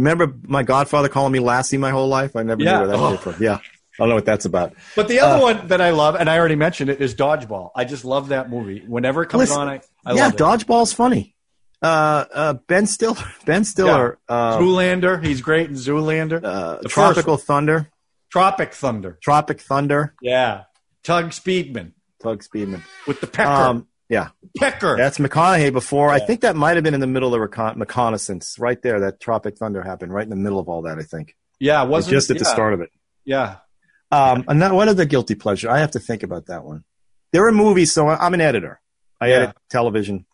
C: remember my godfather calling me Lassie my whole life? I never
D: Yeah.
C: knew where that
D: Oh.
C: came from. Yeah. I don't know what that's about.
D: But the
C: Uh,
D: other one that I love, and I already mentioned it, is Dodgeball. I just love that movie. Whenever it comes
C: Listen,
D: on, I, I
C: yeah,
D: love it.
C: dodgeball's funny. Uh, uh, ben Stiller, <laughs> Ben Stiller, uh,
D: Oh. Zoolander, he's great in Zoolander.
C: uh,
D: The
C: Tropical Thunder,
D: Tropic Thunder.
C: Tropic Thunder,
D: Yeah. Tug Speedman
C: Tug Speedman.
D: with the pecker.
C: Um, yeah,
D: pecker.
C: that's McConaughey before. I think that might have been in the middle of recon- reconnaissance, right there. That Tropic Thunder happened right in the middle of all that. I think
D: yeah, wasn't
C: just at the
D: yeah,
C: start of it.
D: Yeah.
C: Um, and that, what are the guilty pleasure? I have to think about that one. There are movies, so I- I'm an editor. I
D: Yeah.
C: edit television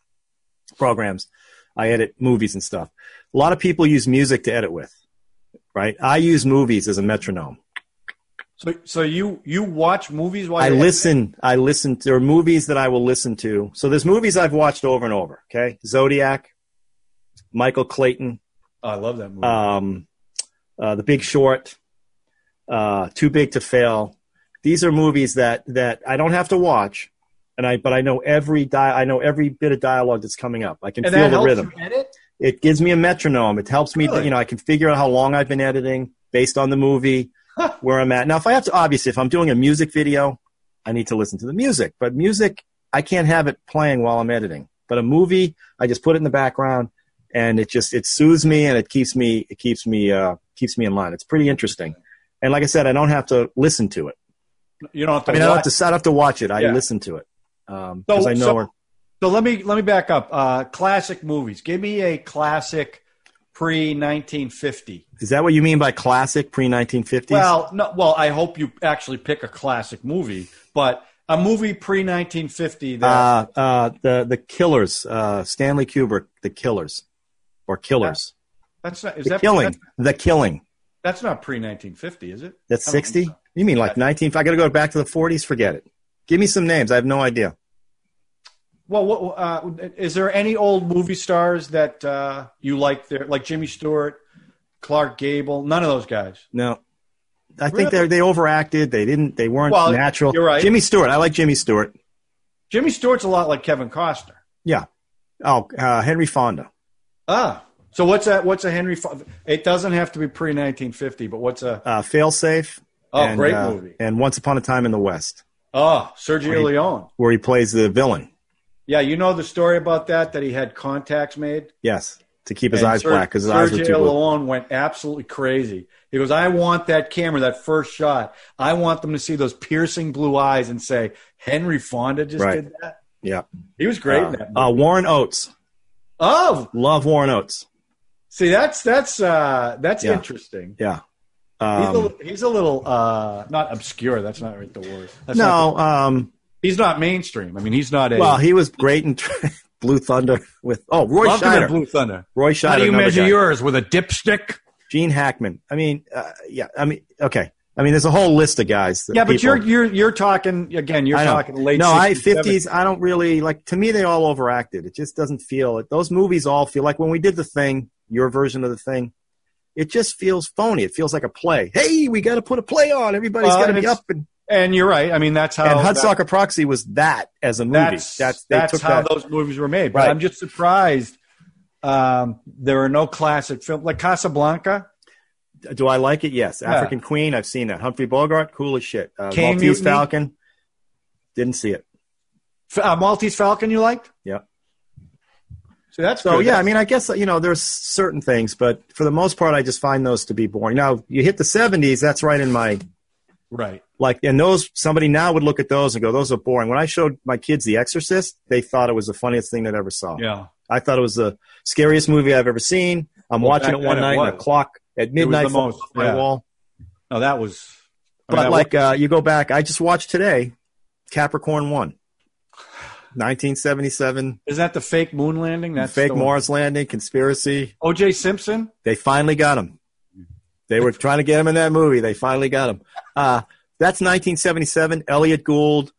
C: programs. I edit movies and stuff. A lot of people use music to edit with, right? I use movies as a metronome.
D: So so you you watch movies while
C: I
D: you're-
C: listen. I listen. There are movies that I will listen to. So there's movies I've watched over and over. Okay, Zodiac, Michael Clayton,
D: Oh, I love that movie.
C: um, uh, The Big Short, uh, Too Big to Fail. These are movies that that I don't have to watch, and I but I know every di- I know every bit of dialogue that's coming up. I can
D: and
C: feel
D: that
C: the
D: helps
C: rhythm.
D: you edit?
C: It gives me a metronome. It helps me.
D: Really?
C: You know, I can figure out how long I've been editing based on the movie, where I'm at. Now, if I have to, obviously, if I'm doing a music video, I need to listen to the music. But music, I can't have it playing while I'm editing. But a movie, I just put it in the background, and it just it soothes me and it keeps me it keeps me uh, keeps me in line. It's pretty interesting. And like I said, I don't have to listen to it.
D: You don't have to
C: I mean, I don't
D: watch.
C: have to. I don't have to watch it. I
D: Yeah.
C: listen to it because
D: So-
C: I know.
D: so-
C: her-
D: So let me let me back up. Uh, classic movies. Give me a classic pre 1950.
C: is that what you mean by classic pre 1950s?
D: Well, no, well, I hope you actually pick a classic movie, but a movie pre 1950 that
C: uh, uh, the the Killers, uh, Stanley Kubrick, the Killers, or Killers,
D: that's not is
C: the
D: that
C: Killing,
D: that-
C: the Killing.
D: that's not pre 1950, is it?
C: That's
D: I don't
C: sixty.
D: think so.
C: You mean like nineteen? I got to go back to the forties. Forget it. Give me some names. I have no idea.
D: Well, what, uh, is there any old movie stars that uh, you like there, like Jimmy Stewart, Clark Gable? None of those guys.
C: No, I think they they overacted. They didn't. They weren't
D: Well,
C: natural.
D: you're right.
C: Jimmy Stewart. I like Jimmy Stewart.
D: Jimmy Stewart's a lot like Kevin Costner.
C: Yeah. Oh, uh, Henry Fonda.
D: Ah, so what's that? What's a Henry? Fo- It doesn't have to be pre 1950, but what's a
C: Uh, Failsafe.
D: Oh,
C: and,
D: great
C: uh,
D: movie.
C: And Once Upon a Time in the West,
D: Oh, Sergio Leone.
C: where he plays the villain.
D: Yeah, you know the story about that that he had contacts made.
C: Yes, to keep his
D: And
C: eyes
D: Ser-
C: black because his eyes were
D: Sergio
C: too blue.
D: Leone went absolutely crazy. He goes, "I want that camera, that first shot. I want them to see those piercing blue eyes and say Henry Fonda just
C: Right.
D: did that."
C: Yeah.
D: He was great. in
C: Uh,
D: that movie.
C: uh, Warren Oates.
D: oh,
C: Love Warren Oates.
D: see, that's that's uh, that's
C: Yeah.
D: interesting.
C: Yeah.
D: He's, a,
C: Um,
D: li- he's a little uh, not obscure. That's not right, the word. That's not
C: no. Um,
D: the- he's not mainstream. I mean, he's not a.
C: well, he was great in <laughs> Blue Thunder with oh Roy
D: Love him in
C: Scheider.
D: Blue Thunder.
C: Roy Scheider.
D: How do you
C: another
D: measure
C: guy.
D: yours with a dipstick?
C: Gene Hackman. I mean, uh, yeah. I mean, okay. I mean, there's a whole list of guys. that
D: Yeah, but
C: people-
D: you're you're you're talking again. You're
C: I know.
D: talking late.
C: no,
D: 60s,
C: I
D: 70s.
C: fifties. I don't really like. To me, they all overacted. It just doesn't feel. It, those movies all feel like when we did the thing, your version of the thing. It just feels phony. It feels like a play. Hey, we got to put a play on. Everybody's
D: Well,
C: got to
D: and
C: be
D: it's-
C: up. And,
D: And you're right. I mean, that's how
C: and Hudsucker Proxy was that as a movie.
D: that's that's,
C: they
D: that's
C: took
D: how
C: that-
D: those movies were made. But
C: Right.
D: I'm just surprised um, there are no classic films like Casablanca.
C: Do I like it? Yes.
D: Yeah.
C: African Queen. I've seen that. Humphrey Bogart. Cool as shit. Uh,
D: Cain
C: Maltese
D: Mutiny?
C: Falcon. Didn't see it.
D: F- uh, Maltese Falcon, you liked?
C: Yeah.
D: So that's
C: So
D: good.
C: yeah, I mean, I guess you know there's certain things, but for the most part, I just find those to be boring. Now you hit the 70s. That's right in my
D: right.
C: like and those somebody now would look at those and go those are boring when i showed my kids the exorcist they thought it was the funniest thing they'd ever saw
D: Yeah,
C: i thought it was the scariest movie i've ever seen i'm
D: Well,
C: watching
D: back
C: it one
D: then it
C: night and a
D: was.
C: clock at midnight
D: the
C: falls
D: most,
C: off my
D: yeah.
C: wall
D: no, that was. I
C: but
D: mean, that
C: like uh, you go back i just watched today capricorn 1 <sighs> 1977
D: was- is that the fake moon landing? That's
C: fake
D: the one.
C: mars landing conspiracy
D: O.J. Simpson.
C: they finally got him they were trying to get him in that movie they finally got him uh, that's 1977 elliot gould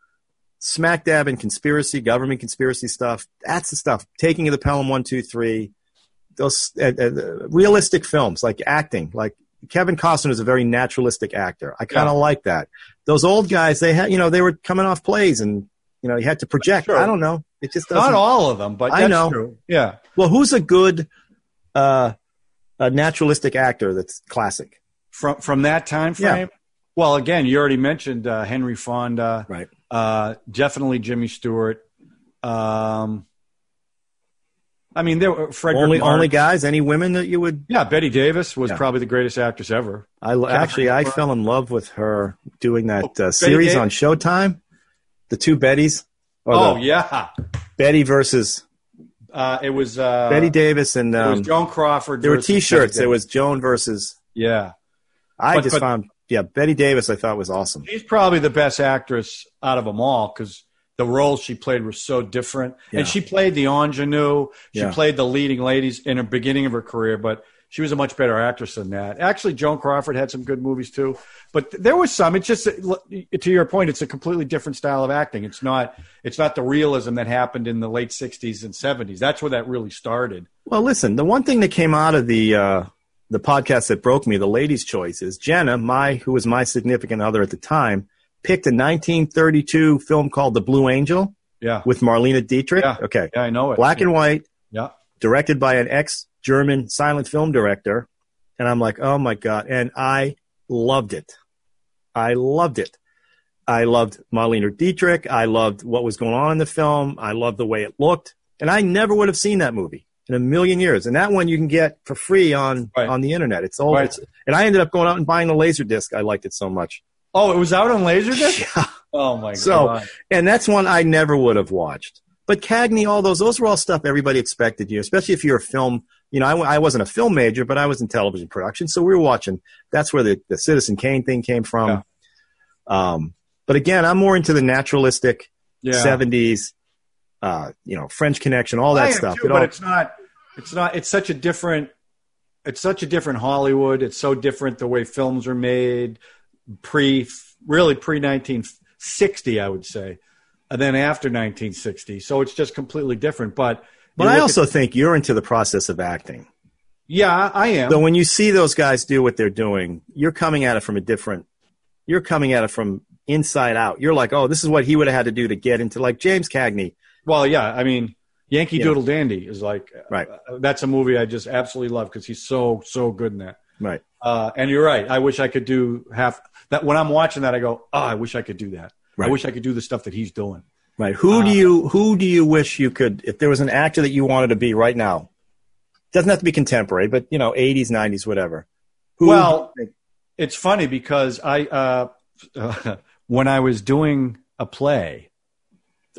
C: smack dab in conspiracy, government conspiracy stuff. That's the stuff. Taking of the Pelham one two three, those uh, uh, realistic films like acting. Like Kevin Costner is a very naturalistic actor. I kind of like that. Those old guys, they had you know they were coming off plays and you know you had to project.
D: Sure.
C: I don't know. It just doesn't.
D: Not all of them, but
C: I
D: that's
C: know.
D: True. Yeah,
C: Well, who's a good uh, a naturalistic actor that's classic?
D: from from that time frame. Well, again, you already mentioned uh, Henry Fonda,
C: Right.
D: uh, definitely Jimmy Stewart. Um, I mean, there were Frederick.
C: Only
D: Marx.
C: only guys. Any women that you would?
D: yeah, Betty Davis was
C: Yeah.
D: probably the greatest actress ever.
C: I lo-
D: Catherine
C: actually I
D: Hepburn.
C: fell in love with her doing that
D: Oh,
C: uh,
D: Betty
C: series
D: Davis?
C: on Showtime, the two Bettys. Or
D: oh
C: the
D: yeah,
C: Betty versus
D: uh, it was uh,
C: Betty Davis, and
D: It
C: um,
D: was Joan Crawford.
C: there were
D: versus
C: T-shirts.
D: Betty
C: There
D: Davis.
C: was Joan versus.
D: yeah.
C: I
D: But-
C: just
D: but-
C: found yeah Betty Davis. I thought was awesome.
D: She's probably the best actress out of them all because the roles she played were so different.
C: Yeah.
D: And she played the ingenue. She
C: Yeah.
D: played the leading ladies in the beginning of her career, but she was a much better actress than that. Actually, Joan Crawford had some good movies too, but th- there was some. It's just to your point, it's a completely different style of acting. It's not. It's not the realism that happened in the late '60s and '70s. That's where that really started.
C: Well, listen, the one thing that came out of the uh, the podcast that broke me, the Ladies' Choice, is Jenna, my who was my significant other at the time, picked a 1932 film called The Blue Angel
D: Yeah,
C: with Marlena Dietrich.
D: Yeah.
C: Okay,
D: yeah, I know it.
C: black and white.
D: Yeah.
C: directed by an ex German silent film director. And I'm like, oh my God. And I loved it. I loved it. I loved Marlene Dietrich. I loved what was going on in the film. I loved the way it looked. And I never would have seen that movie in a million years. And that one you can get for free on,
D: Right.
C: on the internet. It's all,
D: Right.
C: it's, and I ended up going out and buying the laser disc. I liked it so
D: <laughs>
C: much.
D: Oh, it was out on Laserdisc. Oh my
C: So-
D: god!
C: And that's one I never would have watched. But Cagney, all those, those were all stuff everybody expected you, especially if you're a film. You know, I, wa- I wasn't a film major, but I was in television production. So we were watching. That's where the, the Citizen Kane thing came from. Um, but again, I'm more into the naturalistic
D: Yeah.
C: 70s, uh, you know, French Connection, all that
D: I am
C: stuff.
D: too,
C: It
D: but
C: all-
D: it's not. It's not. It's such a different. It's such a different Hollywood. It's so different the way films are made, pre really pre nineteen sixty, I would say, and then after nineteen sixty. So it's just completely different. But you
C: but I
D: look
C: also think you're into the process of acting.
D: Yeah, I am.
C: So when you see those guys do what they're doing, you're coming at it from a different. You're coming at it from inside out. You're like, oh, this is what he would have had to do to get into like James Cagney.
D: well, yeah, I mean, Yankee
C: Yeah.
D: Doodle Dandy is like,
C: Right.
D: uh, that's a movie I just absolutely love because he's so, so good in that.
C: Right.
D: Uh, and you're right. I wish I could do half that. When I'm watching that, I go, oh, I wish I could do that. I
C: Right.
D: wish I could do the stuff that he's doing.
C: Right. Who do you who do you wish you could if there was an actor that you wanted to be right now? Doesn't have to be contemporary, but you know, 80s, 90s, whatever. Who
D: Well- It's funny because I, uh, <laughs> when I was doing a play,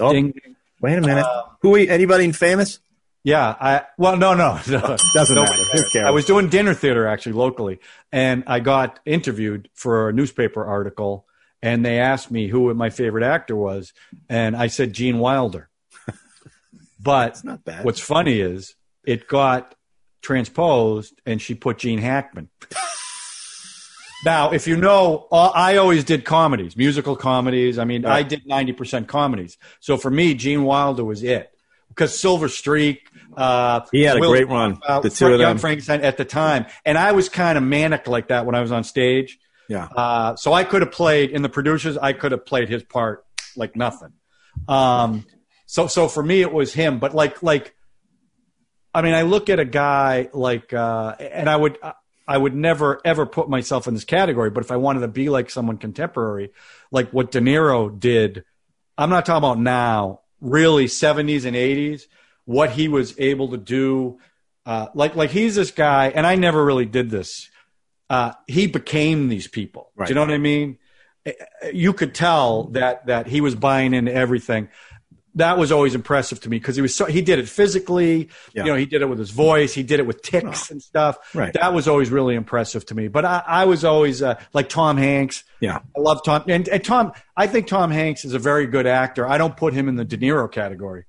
C: oh,
D: Ding-
C: wait a minute.
D: um,
C: who anybody famous?
D: yeah, I, well, no, no, <laughs> no.
C: Doesn't
D: No,
C: matter. Who cares?
D: I was doing dinner theater actually locally, and I got interviewed for a newspaper article, and they asked me who my favorite actor was, and I said
C: <laughs>
D: Gene Wilder. but
C: it's not bad.
D: what's funny is it got transposed, and she put Gene Hackman. <laughs> now, if you know, all- I always did comedies, musical comedies. I mean, I did ninety percent comedies, so for me, Gene Wilder was it. Because Silver Streak, uh,
C: he had a
D: Will-
C: great run.
D: uh,
C: the two of
D: Young
C: them.
D: Frankenstein at the time, and I was kind of manic like that when I was on stage.
C: yeah.
D: Uh, so I could have played in the producers. I could have played his part like nothing. Um, so so for me it was him, but like like, I mean I look at a guy like, uh, and I would I would never ever put myself in this category. But if I wanted to be like someone contemporary, like what De Niro did, I'm not talking about now. Really, 70s and 80s, what he was able to do. Uh, like like he's this guy, and I never really did this uh, he became these people. Do
C: Right.
D: you know what I mean? Eh, eh, You could tell that that he was buying into everything. That was always impressive to me because he was so he did it physically.
C: Yeah.
D: You know, he did it with his voice. He did it with ticks and stuff.
C: Right.
D: That was always really impressive to me. But I, I was always uh, like Tom Hanks.
C: Yeah.
D: I love Tom and, and Tom. I think Tom Hanks is a very good actor. I don't put him in the De Niro category.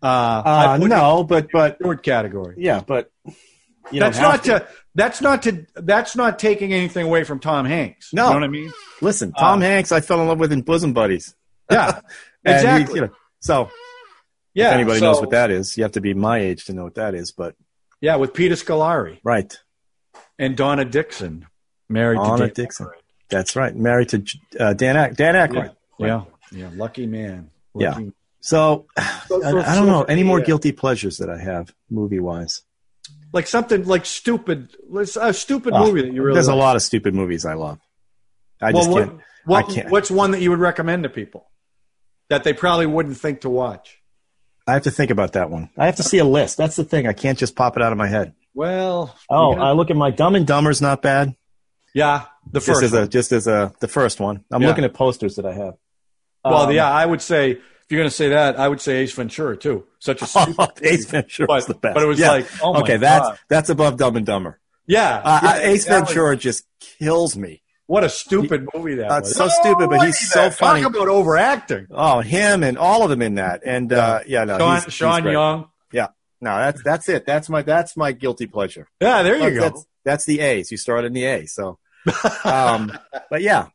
D: Uh, I
C: Uh,
D: put him
C: no, but but
D: in the Stewart category
C: yeah, but you
D: that's
C: don't have
D: not to. that's not to that's not taking anything away from Tom Hanks.
C: No.
D: You know what I mean?
C: Listen,
D: Uh,
C: Tom Hanks, I fell in love with in Bosom Buddies.
D: Yeah.
C: <laughs> And he-
D: exactly.
C: you know, so
D: yeah.
C: if anybody
D: so-
C: knows what that is, you have to be my age to know what that is. But
D: Yeah, with Peter Scolari
C: right,
D: and Donna Dixon married to
C: Donna
D: Dan
C: Dixon.
D: Aykroyd.
C: that's right. Married to uh, Dan Ack- Dan Aykroyd.
D: Yeah. Yeah. Lucky man.
C: Yeah.
D: Lucky-
C: So, I, I don't know any more
D: yeah.
C: guilty pleasures that I have movie wise.
D: Like something like stupid. Let's a stupid
C: Oh,
D: movie that you really.
C: There's a
D: like.
C: lot of stupid movies I love. I
D: well,
C: just
D: what,
C: can't.
D: what-
C: I can't.
D: What's one that you would recommend to people that they probably wouldn't think to watch?
C: I have to think about that one. I have to see a list. That's the thing. I can't just pop it out of my head.
D: Well.
C: Oh,
D: you know-
C: I look at my Dumb and Dumber's not bad.
D: yeah. The
C: Just
D: first.
C: as a just as a the first one. I'm
D: Yeah.
C: looking at posters that I have.
D: Well,
C: Um,
D: yeah, I would say if you're going to say that, I would say Ace Ventura too.
C: <laughs>
D: Such
C: Oh,
D: a stupid
C: Ace Ventura was
D: <laughs> But-
C: the best.
D: but it was
C: Yeah.
D: like, oh my
C: okay, that's
D: God.
C: that's above Dumb and Dumber.
D: yeah,
C: Uh,
D: yeah,
C: uh, Ace
D: that was-
C: Ventura just kills me.
D: what a stupid movie that
C: Uh,
D: was.
C: so stupid, but he's
D: Alrighty
C: so
D: then.
C: funny.
D: Talk about overacting.
C: Oh, him and all of them in that. And uh, yeah, no,
D: Sean,
C: he's- he's
D: Sean
C: great.
D: Young.
C: No, that's that's it. That's my that's my guilty pleasure.
D: Yeah, there you go.
C: that's, that's the A's. You started in the A, so.
D: <laughs>
C: Um, but yeah.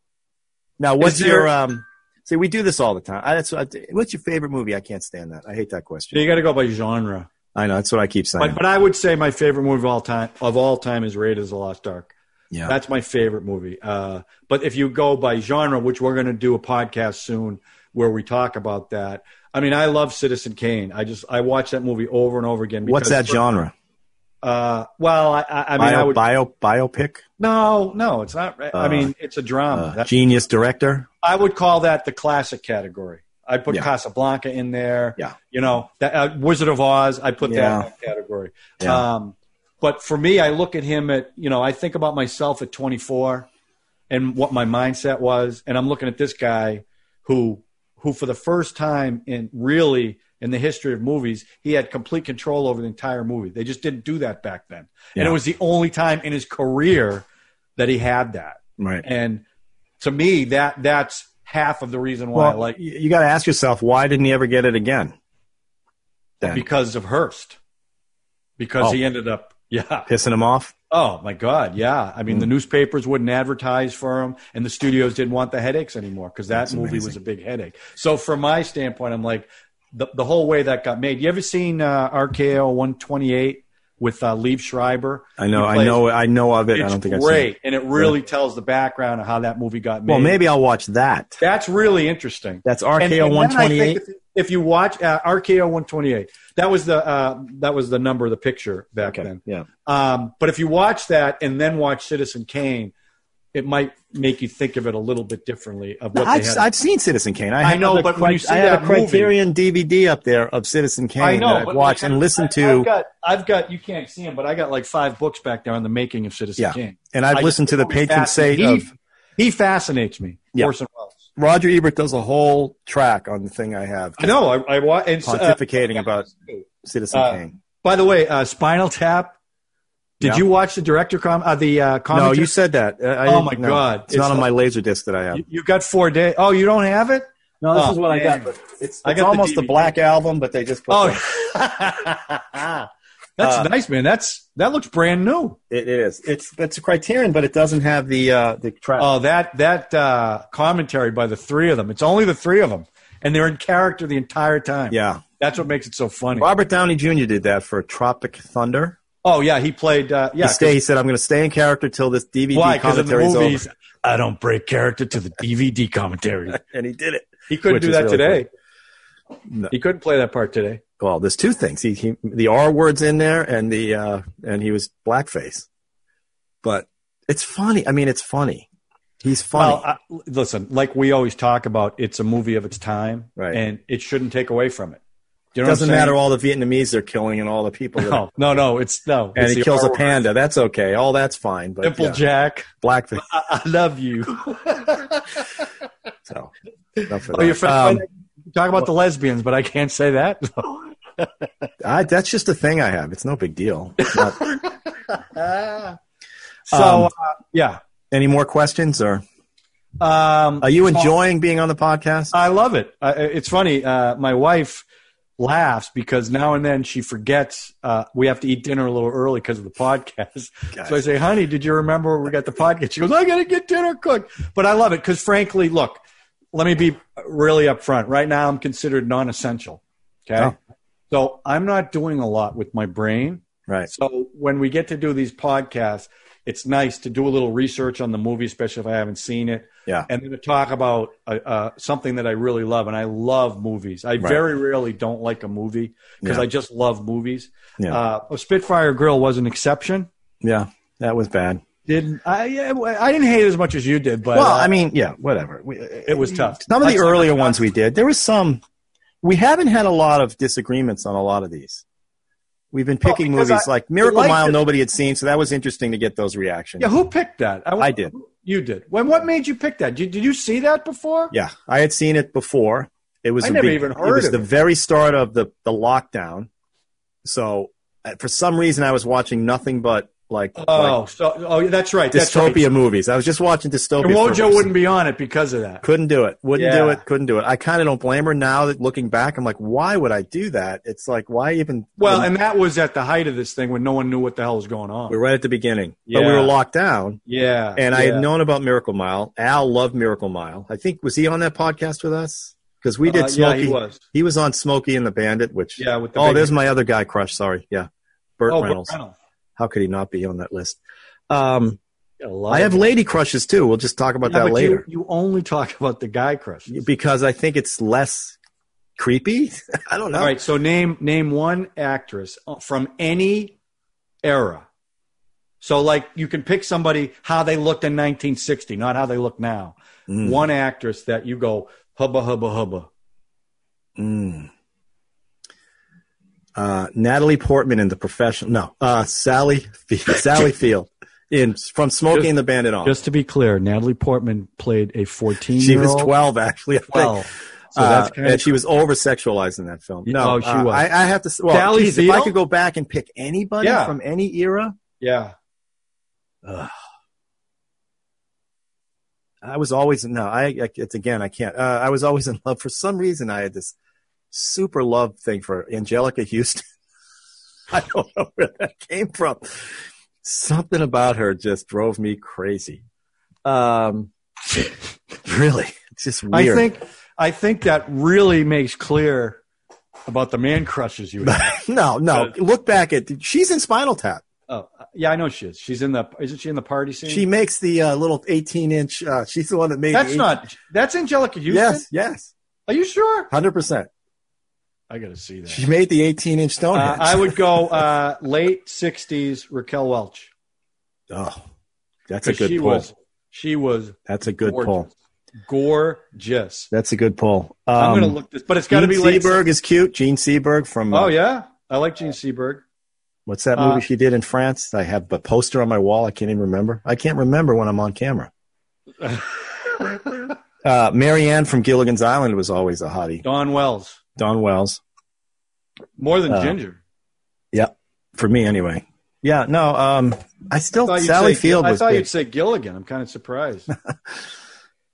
C: Now, what's
D: there-
C: your um? See, we do this all the time. I, that's what I- what's your favorite movie? I can't stand that. I hate that question.
D: you got to go by genre.
C: I know that's what I keep saying.
D: But, but I would say my favorite movie of all time of all time is Raiders of the Lost Ark.
C: yeah,
D: That's my favorite movie. Uh, but if you go by genre, which we're going to do a podcast soon where we talk about that. I mean, I love Citizen Kane. I just I watch that movie over and over again.
C: what's that
D: because-
C: genre?
D: Uh, well, I, I, I mean,
C: bio,
D: I would
C: bio biopic.
D: No, no, it's not. I
C: Uh,
D: mean, it's a drama.
C: Uh,
D: That-
C: genius director.
D: I would call that the classic category. I put
C: Yeah.
D: Casablanca in there.
C: Yeah.
D: You know, that, uh, Wizard of Oz, I put that
C: Yeah.
D: in that category.
C: Yeah.
D: Um, but for me, I look at him at, you know, I think about myself at 24 and what my mindset was. And I'm looking at this guy who, who for the first time in really in the history of movies, he had complete control over the entire movie. They just didn't do that back then. And
C: Yeah.
D: it was the only time in his career that he had that.
C: Right.
D: And to me, that that's half of the reason why
C: Well,
D: I like
C: you, you got to ask yourself why didn't he ever get it again? Then
D: because of Hearst, because
C: Oh.
D: he ended up. <laughs> Yeah.
C: pissing him off.
D: Oh my God. Yeah. I mean,
C: Mm.
D: the newspapers wouldn't advertise for him, and the studios didn't want the headaches anymore because that
C: That's
D: movie
C: amazing.
D: was a big headache. So, from my standpoint, I'm like the the whole way that got made. You ever seen uh, RKO 128? with uh, Liev Schreiber.
C: I know,
D: He
C: I
D: plays-
C: know, I know of it.
D: It's
C: I don't think I've seen it.
D: great, and it really tells the background of how that movie got made.
C: Well, maybe I'll watch that.
D: that's really interesting.
C: That's
D: And-
C: RKO
D: and then I think
C: 128.
D: If, if you watch uh, RKO 128, that was the uh, that was the number of the picture back
C: Okay,
D: then.
C: yeah.
D: Um, but if you watch that and then watch Citizen Kane, it might make you think of it a little bit differently. Of what
C: I've,
D: they had.
C: I've seen Citizen Kane. I,
D: I
C: have
D: know,
C: the
D: but when you see
C: I have
D: that
C: a
D: movie-
C: Criterion DVD up there of Citizen Kane
D: I know,
C: that I've
D: but
C: watched
D: like,
C: and listened
D: I- I've
C: to,
D: got, I've got. You can't see him, but I got like five books back there on the making of Citizen
C: Yeah.
D: Kane.
C: and I've
D: I
C: listened to
D: just-
C: the patron saint
D: he,
C: of
D: He fascinates me.
C: Yeah.
D: Orson Welles.
C: Roger Ebert. Does a whole track on the thing I have
D: I know. I, I wa- and, so, uh,
C: pontificating about Citizen
D: Uh,
C: Kane.
D: By the way, uh, Spinal Tap. Did
C: Yeah.
D: you watch the director com? Uh, the uh,
C: No,
D: commentary?
C: you said that. Uh, I
D: Oh
C: didn't-
D: my
C: no.
D: God.
C: it's, not
D: It's
C: on
D: a-
C: my laser disc that I have.
D: You- you got four days. Oh, you don't have it?
C: no,
D: this is what I got.
C: It's, it's
D: Oh. I got the
C: almost the,
D: DVD.
C: Black Album, but they just put
D: Oh,
C: the-
D: <laughs> that's
C: <laughs> Uh,
D: nice, man. That's that looks brand new.
C: It, it is. It's it's a Criterion, but it doesn't have the uh, the track.
D: Oh, that that uh, commentary by the three of them. It's only the three of them, and they're in character the entire time.
C: yeah,
D: that's what makes it so funny.
C: Robert Downey Jr. did that for Tropic Thunder.
D: Oh yeah, he played. Uh, yeah,
C: he, stay, he said, "I'm going to stay in character till this DVD
D: 'cause- why? Because in the
C: commentary is over,"
D: movies, I don't break character to the DVD commentary.
C: and he did it.
D: <laughs> He couldn't
C: Which
D: do
C: is
D: that
C: really
D: today.
C: No.
D: He couldn't play that part today.
C: Well, there's two things. He, he the R words in there, and the uh, and he was blackface. But it's funny. I mean, it's funny. He's funny.
D: Well, I, listen, like we always talk about, it's a movie of its time,
C: Right.
D: and it shouldn't take away from it.
C: it
D: You know what I'm
C: doesn't
D: saying?
C: matter all the Vietnamese they're killing and all the people. That, <laughs>
D: No, no, no, it's no.
C: and
D: it's
C: he
D: the
C: kills a
D: R word.
C: panda. That's okay. All that's fine. But
D: Pimple
C: yeah,
D: Jack,
C: blackface.
D: I, I
C: <laughs>
D: love you.
C: So enough of
D: Oh, your
C: that.
D: friend.
C: Um,
D: talk about the lesbians, but I can't say that. <laughs>
C: I, that's just a thing I have. It's no big deal. It's not-
D: so
C: Um,
D: uh, yeah,
C: any more questions or
D: um,
C: are you
D: so
C: enjoying being on the podcast?
D: I love it. I, it's funny. Uh, my wife laughs because now and then she forgets uh, we have to eat dinner a little early because of the podcast. So I say, honey, did you remember we got the podcast? She goes, I got to get dinner cooked. But I love it because, frankly, look, let me be really upfront. Right now, I'm considered non essential. Okay.
C: Oh.
D: So I'm not doing a lot with my brain.
C: Right.
D: So when we get to do these podcasts, it's nice to do a little research on the movie, especially if I haven't seen it.
C: Yeah.
D: And then to talk about uh, uh, something that I really love. And I love movies. I very rarely don't like a movie because
C: Yeah.
D: I just love movies.
C: Yeah.
D: Uh, Spitfire Grill was an exception
C: Yeah. That was bad.
D: didn't I? yeah, I didn't hate it as much as you did, but
C: Well,
D: uh,
C: I mean, yeah, whatever. We,
D: it was tough.
C: Some of the
D: That's-
C: earlier ones we did, there was some. We haven't had a lot of disagreements on a lot of these. We've been
D: Well,
C: picking
D: Oh, because
C: movies
D: I-
C: like Miracle
D: like
C: Mile,
D: it.
C: nobody had seen, so that was interesting to get those reactions.
D: yeah, who picked that?
C: I did.
D: You did. When? What made you pick that? Did, did you see that before?
C: Yeah, I had seen it before. It was
D: I
C: the
D: never
C: be-
D: even
C: It
D: heard
C: was
D: of
C: the
D: it.
C: very start of the the lockdown. So uh, for some reason, I was watching nothing but like,
D: Oh, so oh, that's right.
C: like
D: That's right.
C: dystopia movies. I was just watching dystopia.
D: And
C: for
D: Wojo
C: weeks.
D: wouldn't be on it because of that.
C: Couldn't do it. Wouldn't do
D: Yeah.
C: it. Couldn't do it. I kind of don't blame her now that looking back, I'm like, why would I do that? It's like, why even?
D: Well, and that was at the height of this thing when no one knew what the hell was going on.
C: we were right at the beginning, but we
D: Yeah.
C: were locked down.
D: yeah,
C: And I
D: yeah.
C: had known about Miracle Mile. Al loved Miracle Mile. I think was he on that podcast with us? Because we did
D: Uh,
C: Smokey.
D: Yeah, he was.
C: He was on Smokey and the Bandit, which
D: Yeah, with the
C: oh,
D: big-
C: there's my other guy crush. Sorry, yeah, Burt
D: oh, Burt
C: Reynolds.
D: Reynolds.
C: How could he not be on that list? Um,
D: Yeah, love
C: I have
D: it.
C: lady crushes too. We'll just talk about
D: Yeah,
C: that
D: but
C: later
D: You, you only talk <laughs> about the guy crush.
C: because I think it's less creepy. <laughs> I don't know.
D: All right, so name name one actress uh, from any era. So like you can pick somebody how they looked in 1960, not how they look now.
C: Mm,
D: One actress that you go hubba hubba hubba.
C: mm. Uh, Natalie Portman in The Professional. No, uh, Sally Field, <laughs> Sally Field in from Smokey
D: Just-
C: and the Bandit on.
D: Just to be clear, Natalie Portman played a 14
C: she
D: year
C: was
D: old.
C: 12 actually. I think.
D: So that's
C: Uh,
D: kind of
C: and she was over sexualized in that film. No,
D: Oh, she
C: uh,
D: was.
C: I, I have to. s- Well,
D: Sally
C: geez, if I
D: Field?
C: could go back and pick anybody
D: Yeah.
C: from any era,
D: yeah.
C: I was always no. I, I it's again. I can't. Uh, I was always <laughs> in love. For some reason, I had this super love thing for Angelica Houston. <laughs> I don't know where that came from. Something about her just drove me crazy. Um, <laughs> really, it's just weird.
D: I think I think that really makes clear about the man
C: <laughs>
D: crushes you. had.
C: <laughs> no, no. Look back at she's in Spinal Tap.
D: oh, yeah, I know she is. She's in the. Isn't she in the party scene?
C: She makes the uh, little eighteen inch. Uh, she's the one that made.
D: That's
C: the
D: not. That's Angelica Houston.
C: Yes, yes,
D: Are you sure?
C: hundred percent.
D: I gotta see that.
C: She made the eighteen inch
D: Uh,
C: Stonehenge.
D: I would go uh, late '60s Raquel Welch.
C: Oh, that's a
D: 'Cause
C: good
D: she
C: pull.
D: was. She was
C: that's a good
D: gorgeous.
C: pull.
D: Gorgeous.
C: That's a good pull. Um,
D: I'm gonna look this, but it's got to be
C: Gene
D: late.
C: Seberg is cute. Gene Seberg from uh,
D: Oh yeah, I like Gene
C: <laughs>
D: Seberg.
C: what's that
D: Uh,
C: movie she did in France? I have a poster on my wall. I can't even remember. I can't remember when I'm on camera. Uh, Marianne from Gilligan's Island was always a hottie.
D: Don Wells,
C: Don Wells.
D: more than
C: Uh,
D: Ginger.
C: for me anyway. Yeah, no, um, I
D: I
C: still
D: thought you'd
C: Sally
D: say-
C: Field
D: I
C: was
D: thought
C: big.
D: you'd say Gilligan. I'm kind
C: <laughs>
D: of surprised.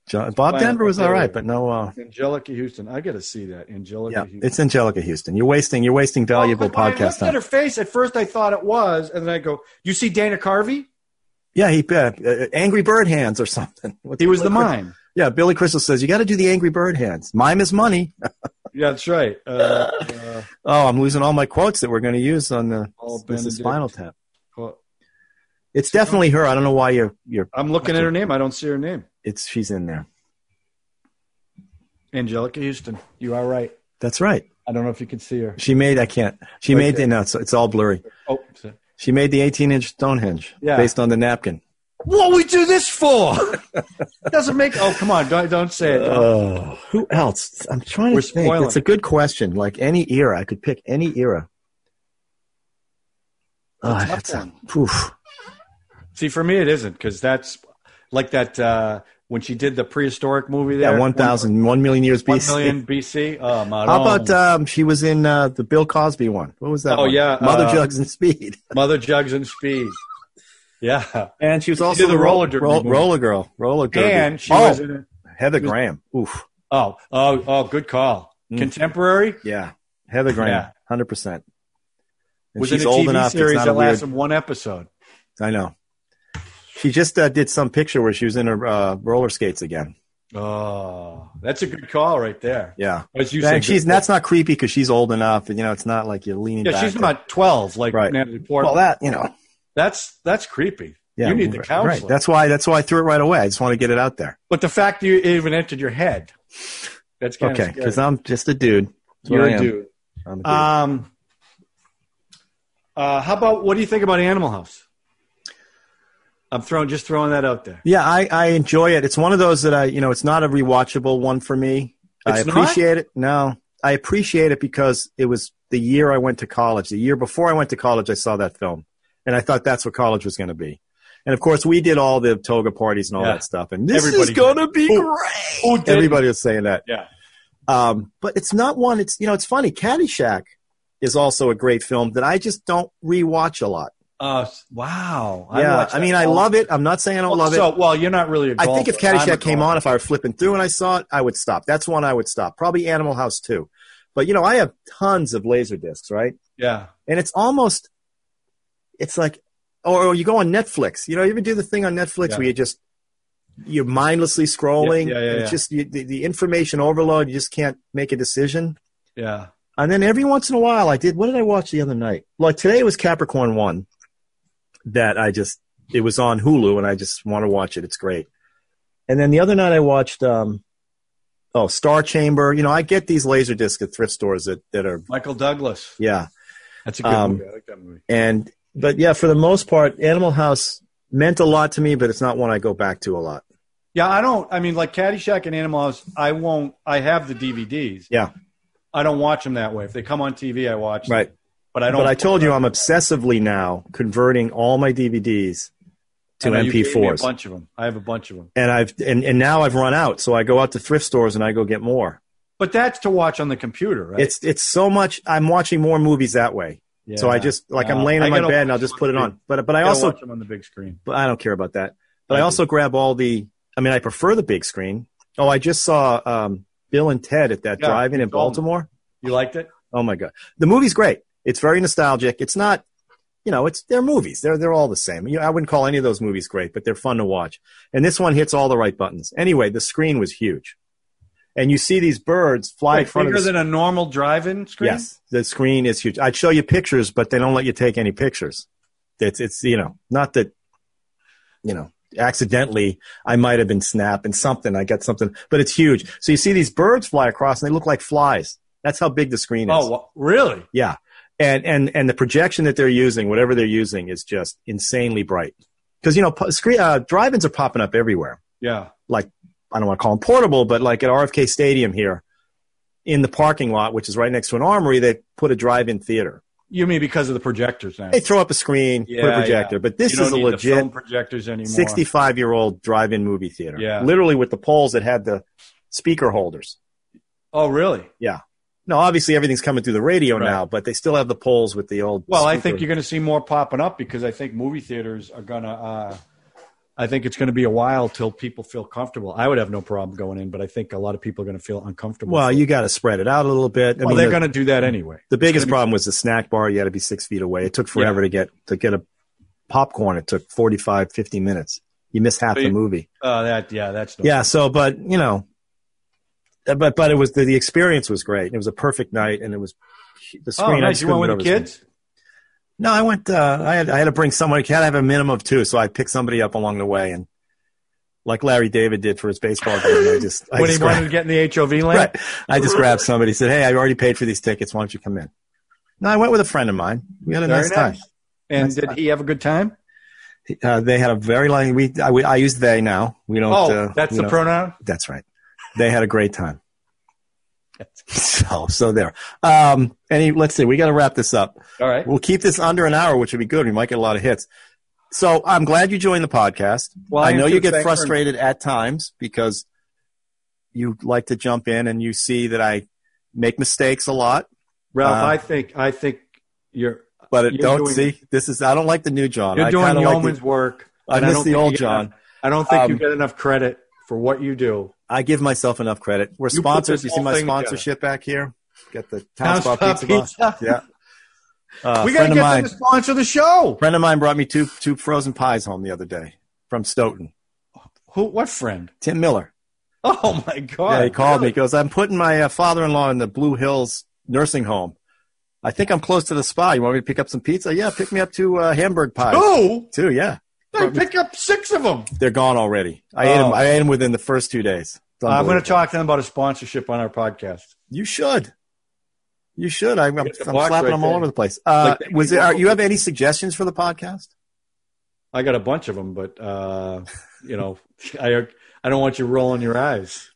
C: John, Bob
D: find out
C: Denver
D: what
C: was
D: they
C: all
D: were.
C: right, but no, uh,
D: Angelica Houston. I gotta see that. Angelica.
C: yeah,
D: Houston.
C: it's Angelica Houston. You're wasting you're wasting valuable
D: Oh, but when I
C: podcast
D: looked at
C: time.
D: her face. At first, I thought it was, and then I go, "You see Dana Carvey?
C: Yeah, he uh, uh, Angry Bird Hands or something. <laughs> What's-
D: He was the
C: Billy Crystal-
D: mime."
C: Yeah, Billy Crystal says you got to do the Angry Bird Hands. Mime is money.
D: Yeah, that's right. Uh, uh,
C: Oh, I'm losing all my quotes that we're going to use on the
D: Paul
C: this is
D: Benedict.
C: Spinal Tap.
D: well,
C: It's definitely her. I don't know why you're you're.
D: I'm looking at her name. I don't see her name.
C: It's she's in there.
D: Angelica Houston. You are right.
C: That's right.
D: I don't know if you can see her.
C: She made. I can't. She
D: Right
C: made
D: there.
C: the. No, it's, it's all blurry.
D: Oh, so-
C: She made the 18 inch Stonehenge
D: Yeah.
C: based on the napkin.
D: what we do this for? <laughs> Doesn't make. Oh, come on! Don't don't say it.
C: Oh, who else? I'm trying to
D: We're
C: think.
D: spoiling
C: It's a good question. Like any era, I could pick any era. Oh,
D: tough
C: that's a, oof.
D: See, for me, it isn't because that's like that uh, when she did the prehistoric movie. There,
C: Yeah, 1,000, 1 million years
D: one
C: BC.
D: million BC. Oh, my
C: How about um, she was in uh, the Bill Cosby one? What was that?
D: Oh,
C: one?
D: yeah,
C: Mother
D: uh,
C: Jugs and
D: <laughs>
C: Speed.
D: Mother Jugs and Speed? Yeah,
C: And she was also
D: did the
C: in
D: roller derby
C: roll-
D: movie.
C: roller girl, roller girl.
D: and she
C: oh,
D: was in it.
C: Heather
D: she was-
C: Graham. Oof,
D: Oh, oh, oh, good call.
C: Mm.
D: Contemporary
C: yeah, Heather Graham,
D: Yeah.
C: hundred percent. And
D: was
C: she's
D: in a
C: old
D: TV
C: enough.
D: series
C: it's not a
D: that
C: weird,
D: lasted one episode.
C: I know. She just uh, did some picture where she was in her uh, roller skates again.
D: Oh, that's a good call right there.
C: Yeah,
D: As you
C: and
D: said,
C: she's that's not creepy because she's old enough, and you know it's not like you're leaning.
D: Yeah,
C: back
D: she's
C: to-
D: not twelve like
C: Right.
D: Natalie
C: Well,
D: Portman.
C: that you know.
D: that's that's creepy.
C: Yeah,
D: you need the
C: right.
D: counselor.
C: That's why. That's why I threw it right away. I just want to get it out there.
D: But the fact that you it even entered your head, that's kind
C: Okay,
D: of
C: because I'm just a dude. That's what
D: you're
C: I
D: a
C: am.
D: dude.
C: I'm a dude.
D: Um, uh, how about what do you think about Animal House? I'm throwing just throwing that out there.
C: Yeah, I, I enjoy it. It's one of those that I, you know, it's not a rewatchable one for me. I
D: It's not?
C: appreciate it. No, I appreciate it because it was the year I went to college. The year before I went to college, I saw that film, and I thought that's what college was going to be. And of course, we did all the toga parties and all
D: Yeah.
C: that stuff. And this
D: Everybody
C: is going to be
D: Who-
C: great.
D: who didn't?
C: Everybody was saying that.
D: Yeah.
C: Um, but it's not one. It's you know, it's funny. Caddyshack is also a great film that I just don't rewatch a lot.
D: Uh, wow.
C: yeah,
D: watched
C: I
D: that
C: mean, I
D: all-
C: love it. I'm not saying I don't love it.
D: so, well, you're not really a
C: I
D: golfer.
C: think if
D: I'm a
C: Caddyshack came
D: golfer.
C: on, if I were flipping through and I saw it, I would stop. That's one I would stop. Probably Animal House too. But you know, I have tons of laser discs, right?
D: yeah,
C: And it's almost, it's like, or, or you go on Netflix. You know, you ever do the thing on Netflix
D: Yeah.
C: where you just you're mindlessly scrolling?
D: Yeah, yeah, yeah,
C: and
D: yeah.
C: It's just you, the, the information overload. You just can't make a decision.
D: yeah,
C: And then every once in a while, I did. What did I watch the other night? Like today was Capricorn One. That I just it was on Hulu, and I just want to watch it. It's great. And then the other night I watched um, oh Star Chamber. You know, I get these laser discs at thrift stores that that are
D: Michael Douglas.
C: yeah.
D: That's a good
C: Um,
D: movie. I like that movie.
C: And but yeah, for the most part, Animal House meant a lot to me, but it's not one I go back to a lot.
D: Yeah, I don't. I mean, like Caddyshack and Animal House, I won't. I have the DVDs.
C: Yeah.
D: I don't watch them that way. If they come on TV, I watch. them.
C: Right.
D: But I don't.
C: But I told you I'm obsessively now converting all my DVDs to
D: I know you gave me A
C: MP4s.
D: bunch of them. I have a bunch of them.
C: and I've and, and now I've run out, so I go out to thrift stores and I go get more.
D: But that's to watch on the computer, right?
C: It's it's so much. I'm watching more movies that way. So I
D: Yeah.
C: just like I'm
D: Yeah.
C: laying
D: I
C: in my
D: gotta
C: bed and
D: watch
C: I'll just
D: them
C: put it
D: on
C: on. But but I
D: Gotta
C: also
D: watch them on the big screen.
C: but I don't care about that. But
D: I
C: I
D: do.
C: also grab all the. I mean, I prefer the big screen. Oh, I just saw um, Bill and Ted at that
D: Yeah,
C: drive-in in
D: you told me.
C: Baltimore.
D: You liked it?
C: Oh my god, the movie's great. It's very nostalgic. It's not. You know, it's they're movies. They're they're all the same. You know, I wouldn't call any of those movies great, but they're fun to watch. And this one hits all the right buttons. Anyway, the screen was huge, and you see these birds fly in
D: Wait,
C: front of
D: bigger
C: the
D: than a normal drive-in screen.
C: Yes, the screen is huge. I'd show you pictures, but they don't let you take any pictures. It's it's you know not that you know accidentally I might have been snapping something. I got something, but it's huge. So you see these birds fly across, and they look like flies. That's how big the screen is.
D: Oh, wha- really?
C: yeah, and and and the projection that they're using, whatever they're using, is just insanely bright. Because you know, pu- screen uh, drive-ins are popping up everywhere.
D: Yeah.
C: I don't want to call them portable, but like at RFK Stadium here, in the parking lot, which is right next to an armory, they put a drive-in theater.
D: You mean because of the projectors now?
C: They throw up a screen, put a
D: Yeah,
C: projector, but this
D: You don't
C: is a
D: need the film
C: legit
D: projectors anymore.
C: 65 year old drive in movie theater.
D: Yeah.
C: Literally with the poles that had the speaker holders.
D: Oh, really?
C: Now, obviously, everything's coming through the radio
D: Right.
C: now, but they still have the poles with the old.
D: Well, I
C: speaker.
D: think you're going to see more popping up because I think movie theaters are going to. Uh, I think it's going to be a while till people feel comfortable. I would have no problem going in, but I think a lot of people are going to feel uncomfortable.
C: Well, you got to spread it out a little bit. I
D: well,
C: mean,
D: they're
C: the,
D: going to do that anyway.
C: the biggest
D: gonna be-
C: problem was the snack bar. You had to be six feet away. It took forever to get to get a popcorn. It took 45, 50 minutes. You missed half
D: So
C: the
D: you-
C: movie.
D: Uh, that yeah, that's no
C: yeah so but you know but but it was the, the experience was great it was a perfect night and it was the
D: Oh,
C: screen I
D: nice.
C: just
D: You went
C: couldn't
D: with the
C: get over
D: kids?
C: no i went uh, i had i had to bring someone i had to have a minimum of two so i picked somebody up along the way and like larry david did for his baseball game i just i
D: when he
C: just
D: wanted
C: grabbed,
D: to get in the HOV lane.
C: right, i
D: <laughs>
C: just grabbed somebody said hey i already paid for these tickets why don't you come in no i went with a friend of mine we had a
D: Very
C: nice, time
D: And
C: Nice
D: did
C: time.
D: he have a good time?
C: uh, they had a very long we i, we, I use they now we don't
D: Oh,
C: uh,
D: that's
C: you
D: the
C: know,
D: pronoun.
C: That's right. They had a great time. <laughs> So, so there. Um, any, let's see, we got to wrap this up.
D: All right.
C: We'll keep this under an hour, which would be good. We might get a lot of hits. So I'm glad you joined the podcast.
D: Well,
C: I
D: am
C: know
D: too.
C: you get
D: Thanks for-
C: frustrated at times because you like to jump in and you see that I make mistakes a lot,
D: Ralph.
C: Uh,
D: I think I think you're
C: but it
D: You're
C: don't
D: doing-
C: see this is, I don't like the new John.
D: you're
C: I
D: doing
C: kinda like the-
D: yeoman's work.
C: I
D: and
C: miss
D: don't
C: the
D: think
C: old
D: you get
C: John.
D: enough- I don't think you
C: Um,
D: get enough credit for what you do.
C: I give myself enough credit. We're
D: You put
C: sponsors.
D: this
C: You see
D: whole
C: my
D: thing together.
C: sponsorship back here. Got the Town
D: Town
C: Spa
D: Spa
C: Pizza. Box.
D: Pizza.
C: Yeah. Uh,
D: we
C: friend
D: got to
C: of
D: get
C: mine.
D: them to sponsor the show.
C: Friend of mine brought me two two frozen pies home the other day from Stoughton.
D: Who? What friend?
C: Tim Miller.
D: <laughs> Oh my god!
C: yeah, he called me. He goes, I'm putting my uh, father-in-law in the Blue Hills nursing home. I think I'm close to the spa. You want me to pick up some pizza? Yeah, pick me up two uh, Hamburg pies.
D: Who?
C: Two, yeah.
D: They pick up six of them.
C: They're gone already. I ate
D: Oh.
C: them. I ate them within the first two days. It's
D: I'm going to
C: unbelievable.
D: talk to them about a sponsorship on our podcast.
C: You should. You should. I'm, I'm, I'm
D: Get the
C: slapping
D: box right
C: them all
D: there.
C: over the place. Uh,
D: Like-
C: was it? Are, you have any suggestions for the podcast?
D: I got a bunch of them, but uh, you know, <laughs> I I don't want you rolling your eyes.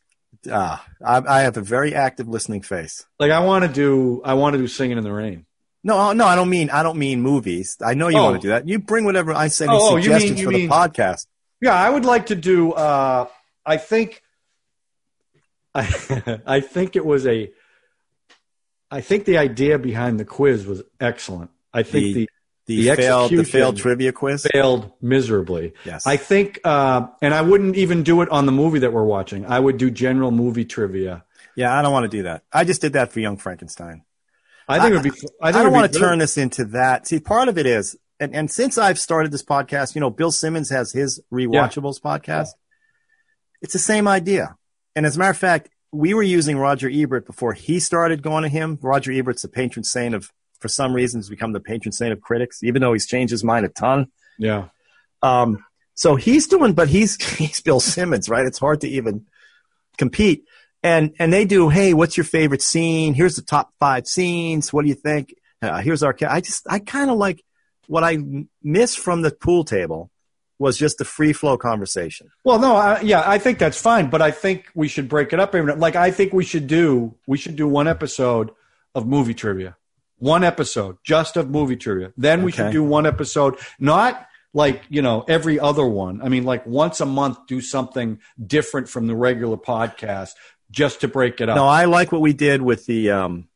C: Uh, I, I have a very active listening face.
D: Like I want to do, I want to do singing in the rain.
C: No, no, I don't mean I don't mean movies. I know you
D: Oh.
C: want to do that. You bring whatever I say. Any
D: Oh, oh, you mean-
C: suggestions
D: you
C: for
D: mean-
C: the podcast?
D: Yeah, I would like to do. Uh, I think, <laughs> I I think it was a. I think the idea behind the quiz was excellent. I
C: The-
D: think the,
C: The,
D: The
C: failed the failed
D: execution.
C: trivia quiz.
D: failed miserably.
C: Yes,
D: I think, uh, and I wouldn't even do it on the movie that we're watching. I would do general movie trivia.
C: yeah, I don't want to do that. I just did that for Young Frankenstein.
D: I think it would be. I,
C: I,
D: think it
C: don't
D: would
C: want
D: be
C: to
D: good.
C: turn this into that. See, part of it is, and, and since I've started this podcast, you know, Bill Simmons has his rewatchables podcast. It's the same idea, and as a matter of fact, we were using Roger Ebert before he started going to him. Roger Ebert's the patron saint of, for some reason, has become the patron saint of critics, even though he's changed his mind a ton.
D: Yeah,
C: Um, so he's doing, but he's <laughs> he's Bill Simmons, right? It's hard to even compete. And and they do. Hey, what's your favorite scene? Here's the top five scenes. What do you think? Uh, here's our. ca- I just I kind of like what I m- miss from the pool table was just the free flow conversation.
D: Well, no, I, yeah, I think that's fine, but I think we should break it up. every night. Like, I think we should do we should do one episode of movie trivia, one episode just of movie trivia. Then we should
C: Okay.
D: do one episode, not like you know every other one. I mean, like once a month, do something different from the regular podcast just to break it up.
C: No, I like what we did with the um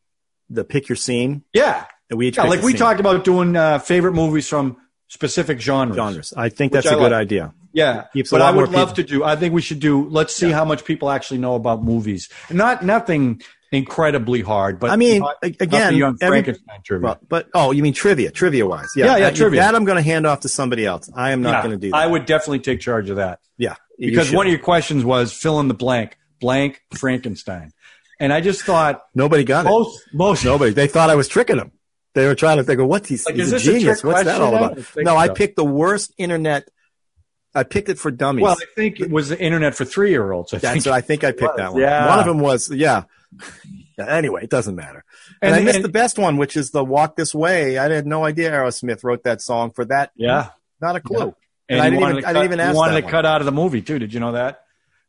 C: the pick your scene.
D: yeah,
C: that We each
D: yeah,
C: picked
D: like
C: a
D: we
C: scene.
D: talked about doing uh, favorite movies from specific genres.
C: genres. I think
D: Which
C: that's a
D: I
C: good
D: like.
C: idea.
D: Yeah,
C: Keeps a
D: but
C: lot
D: I would
C: more
D: love to do. I think we should do. Let's see how much people actually know about movies. Not nothing incredibly hard, but
C: I mean,
D: not,
C: a-
D: not the
C: again,
D: young
C: every-
D: Frankenstein trivia.
C: Well, but oh, you mean trivia, trivia wise? Yeah,
D: Yeah, yeah,
C: that,
D: trivia.
C: That I'm going to hand off to somebody else. I am not
D: Yeah,
C: going to do that.
D: I would definitely take charge of that
C: Yeah, you
D: because
C: should.
D: one of your questions was fill in the blank. blank Frankenstein. And I just thought
C: Nobody got it.
D: most most
C: Nobody. They thought I was tricking them. They were trying to think of what's he's,
D: Like,
C: he's
D: is
C: a
D: this a
C: genius.
D: trick
C: What's that
D: question?
C: all
D: I
C: about?
D: don't think
C: No, I
D: so.
C: picked the worst internet. I picked it for dummies.
D: well, I think it was the internet for three year olds. I think.
C: That's what I think I picked
D: was, <laughs>
C: that one.
D: yeah.
C: One of them was yeah. <laughs> Yeah, Anyway, it doesn't matter. And,
D: And-
C: I missed
D: and-
C: the best one, which is the "Walk This Way." I had no idea Aerosmith wrote that song for that.
D: yeah.
C: Not a clue.
D: And,
C: I
D: he
C: didn't
D: wanted
C: even-
D: to
C: I
D: cut-
C: didn't even
D: he
C: ask
D: wanted
C: that
D: to
C: one.
D: cut out of the movie too. Did you know that?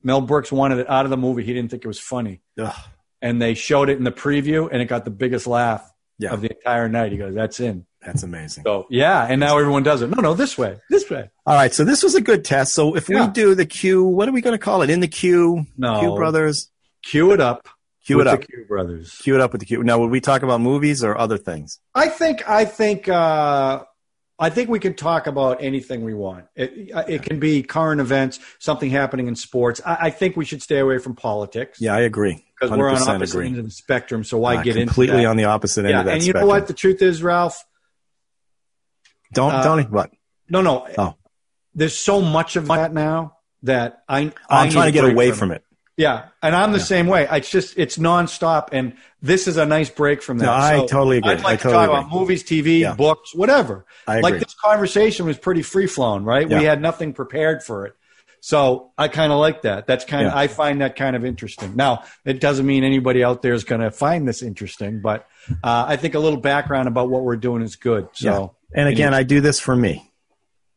D: Mel Brooks wanted it out of the movie. He didn't think it was funny,
C: Ugh.
D: and they showed it in the preview, and it got the biggest laugh
C: Yeah.
D: of the entire night. He goes, "That's in."
C: That's amazing.
D: So yeah, and now everyone does it. No, no, this way, this way.
C: All right, so this was a good test. So if
D: Yeah.
C: we do the Q, what are we going to call it? In the Q,
D: No,
C: Q brothers,
D: Cue it up.
C: Q
D: with
C: it up,
D: The Q brothers.
C: Q it up with the Q. Now, would we talk about movies or other things?
D: I think. I think. uh I think we can talk about anything we want. It, uh, it can be current events, something happening in sports. I, I think we should stay away from politics.
C: Yeah, I agree.
D: because we're on
C: 100%
D: opposite end of the spectrum. So why
C: Uh,
D: get
C: completely
D: into
C: on the opposite
D: that?
C: end
D: yeah,
C: of that
D: and you
C: spectrum.
D: know what? The truth is, Ralph.
C: Don't,
D: Uh,
C: don't. What?
D: No, no.
C: Oh.
D: There's so much of that now that I
C: I'm trying to get away from it.
D: Yeah, and I'm the same way. It's just it's nonstop, and this is a nice break from that.
C: No, I
D: So
C: totally agree.
D: I'd like
C: I
D: to
C: totally
D: talk
C: agree.
D: about movies, TV,
C: Yeah.
D: books, whatever.
C: I agree.
D: Like this conversation was pretty free flowing, right? We
C: Yeah.
D: had nothing prepared for it. So I kind of like that. That's kind of
C: Yeah.
D: I find that kind of interesting. Now it doesn't mean anybody out there is going to find this interesting, but uh, I think a little background about what we're doing is good. So
C: and again, I do this for me.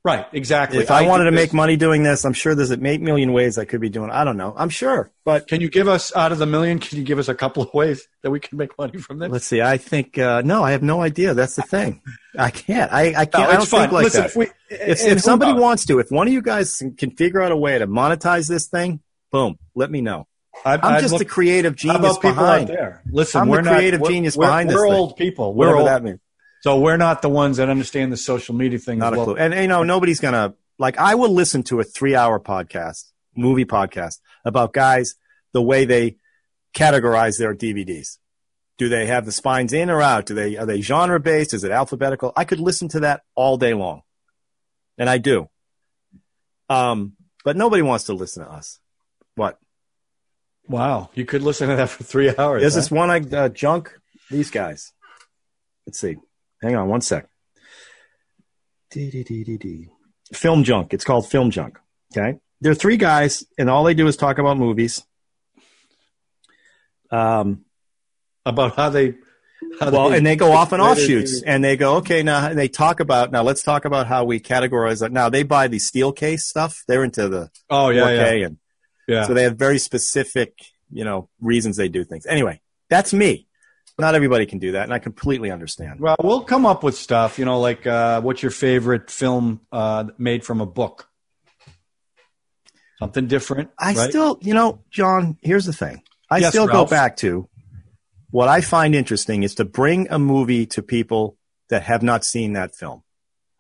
D: right, exactly.
C: If I, wanted
D: do
C: to make
D: this-
C: money doing this, I'm sure there's an eight million ways I could be doing. I don't know. I'm sure, but
D: can you give us out of the million? Can you give us a couple of ways that we can make money from this?
C: let's see. I think uh, no, I have no idea. That's the thing. I can't. I, I can't.
D: No,
C: I don't
D: it's fun.
C: think like
D: Listen,
C: that.
D: if we
C: if,
D: and who
C: if somebody
D: knows?
C: wants to, if one of you guys can figure out a way to monetize this thing, boom, let me know.
D: I,
C: I'm
D: I'd
C: just
D: look-
C: the creative
D: how
C: genius
D: about people out
C: behind.
D: there. Listen,
C: I'm the
D: we're not-
C: creative
D: we're-
C: genius
D: we're-
C: behind this
D: We're
C: thing.
D: old people. We're
C: Whatever
D: old.
C: that means.
D: So we're not the ones that understand the social media thing.
C: Not
D: as well.
C: a clue. And you know, nobody's gonna like. I will listen to a three-hour podcast, movie podcast about guys the way they categorize their DVDs. Do they have the spines in or out? Do they are they genre-based? Is it alphabetical? I could listen to that all day long, and I do. Um, but nobody wants to listen to us. What?
D: Wow, you could listen to that for three <laughs> hours.
C: There's
D: huh?
C: this one I uh, junk these guys. Let's see. Hang on one sec. Dee-dee-dee-dee-dee. Film junk. It's called film junk. Okay. There are three guys, and all they do is talk about movies. Um,
D: about how they. How
C: well,
D: they,
C: and they go off on
D: Later,
C: offshoots,
D: TV.
C: and they go, okay, now and they talk about now. Let's talk about how we categorize it. Now they buy the steel case stuff. They're into the
D: oh yeah,
C: 4K,
D: yeah,
C: and
D: yeah.
C: so they have very specific, you know, reasons they do things. Anyway, that's me. Not everybody can do that, and I completely understand.
D: well, we'll come up with stuff. You know, like uh, what's your favorite film uh, made from a book? Something different.
C: I
D: right?
C: still, you know, John, here's the thing. I
D: Yes,
C: still
D: Ralph?
C: go back to what I find interesting is to bring a movie to people that have not seen that film.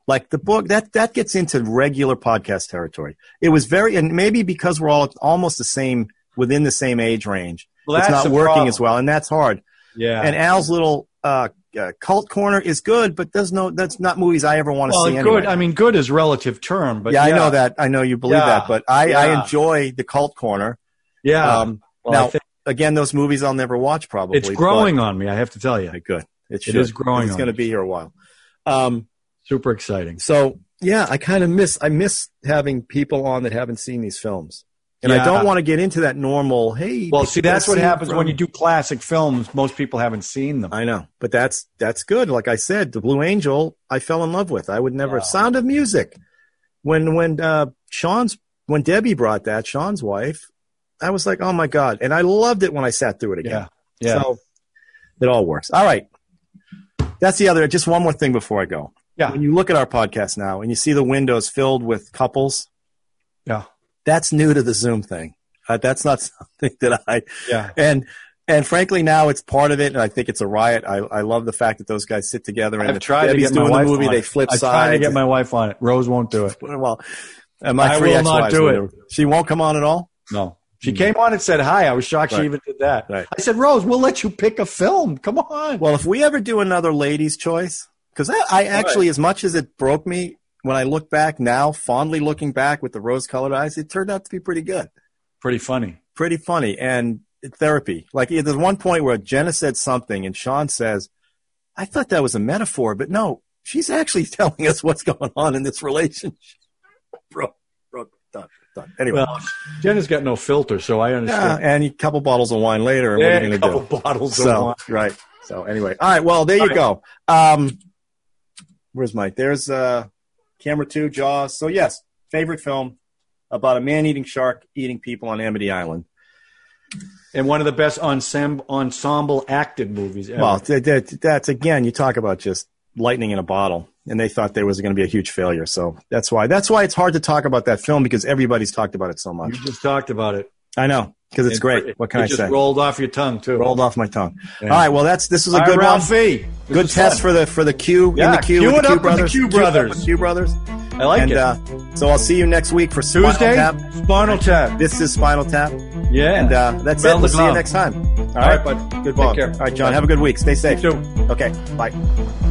C: Like the book, that, that gets into regular podcast territory. It was very, and maybe because we're all almost the same, within the same age range,
D: Well,
C: it's
D: that's
C: not
D: the
C: working
D: problem.
C: as well, and that's hard.
D: Yeah.
C: and Al's little uh, uh, cult corner is good, but there's no that's not movies I ever want to
D: well,
C: see.
D: good.
C: Anyway.
D: I mean, good is relative term, but
C: yeah, I know that. I know you believe
D: Yeah.
C: that, but I, I
D: Yeah.
C: enjoy the cult corner.
D: Yeah.
C: Um,
D: Well,
C: now-
D: I think
C: again, those movies I'll never watch. Probably
D: it's growing on me. I have to tell you,
C: But, okay, good. It,
D: It
C: should.
D: is growing
C: It's
D: on
C: going to
D: me.
C: be here a while. Um,
D: super exciting.
C: so yeah, I kind of miss I miss having people on that haven't seen these films, and I
D: Yeah.
C: don't want to get into that normal. Hey,
D: Well, see, that's what
C: seen
D: happens
C: from-
D: when you do classic films. Most people haven't seen them.
C: I know, but that's that's good. Like I said, the Blue Angel, I fell in love with. I would never
D: Wow.
C: Sound of Music. When when uh, Sean's when Debbie brought that Sean's wife, I was like, oh my god, and I loved it when I sat through it again.
D: Yeah, yeah,
C: So it all works. All right, that's the other. Just one more thing before I go.
D: Yeah.
C: When you look at our podcast now and you see the windows filled with couples,
D: Yeah.
C: that's new to the Zoom thing. Uh, that's not <laughs> something that I
D: yeah.
C: and and frankly, now it's part of it, and I think it's a riot. I, I love the fact that those guys sit together. And
D: I've
C: if
D: tried to
C: Debbie's
D: get my
C: doing
D: wife
C: the movie.
D: on
C: They
D: it.
C: flip
D: I've tried to
C: sides.
D: get my wife on it. Rose won't do it.
C: well, and my
D: I
C: three
D: will not
C: ex-wives
D: do
C: were
D: it.
C: there. She won't come on at all.
D: No. She came on and said hi. I was shocked
C: Mm-hmm. Right.
D: she even did that.
C: Right.
D: I said, Rose, we'll let you pick a film. Come on.
C: Well, if we ever do another ladies' choice, because I, I actually, as much as it broke me when I look back now, fondly looking back with the rose-colored eyes, it turned out to be pretty good.
D: Pretty funny.
C: pretty funny. And therapy. Like yeah, there's one point where Jenna said something and Sean says, I thought that was a metaphor, but no, she's actually <laughs> telling us what's going on in this relationship. <laughs> Bro, bro, done, done. Anyway.
D: Well, Jenna's got no filter, so I
C: yeah,
D: understand.
C: and a couple bottles of wine later, and what are
D: And
C: you
D: a
C: going to do?
D: couple bottles of
C: so
D: wine.
C: right. So anyway, all right. Well, there you go. Um, where's Mike? There's uh, camera two, Jaws. So yes, favorite film about a man-eating shark eating people on Amity Island.
D: And one of the best ensemble, ensemble acted movies ever.
C: Well, that, that, that's again, you talk about just lightning in a bottle, and they thought there was going to be a huge failure. So that's why that's why it's hard to talk about that film because everybody's talked about it so
D: you
C: much.
D: just talked about it.
C: I know because it's
D: It-
C: great.
D: it-
C: What can
D: Mm-hmm. it
C: I
D: just
C: say?
D: rolled off your tongue, too.
C: Rolled off my tongue.
D: Yeah.
C: All right. Well, that's this is a
D: All
C: good
D: right,
C: round.
D: Ralphie. This
C: Good
D: was
C: test
D: fun.
C: for the for the Q in
D: Yeah,
C: the Q with
D: cue
C: the
D: it
C: Q
D: up with the
C: brothers.
D: Q
C: Cue it up
D: brothers.
C: with the Q brothers.
D: I like
C: and
D: it.
C: uh, so I'll see you next week for Spinal
D: Tuesday,
C: Tap.
D: Spinal Tap.
C: This is Spinal Tap,
D: Yeah.
C: and uh, that's
D: Bell
C: it.
D: the
C: We'll see you
D: glove.
C: next time. All right,
D: right, bud.
C: good
D: Take
C: ball.
D: care.
C: All right, John. Have a good week. Stay safe.
D: You too.
C: Okay, bye.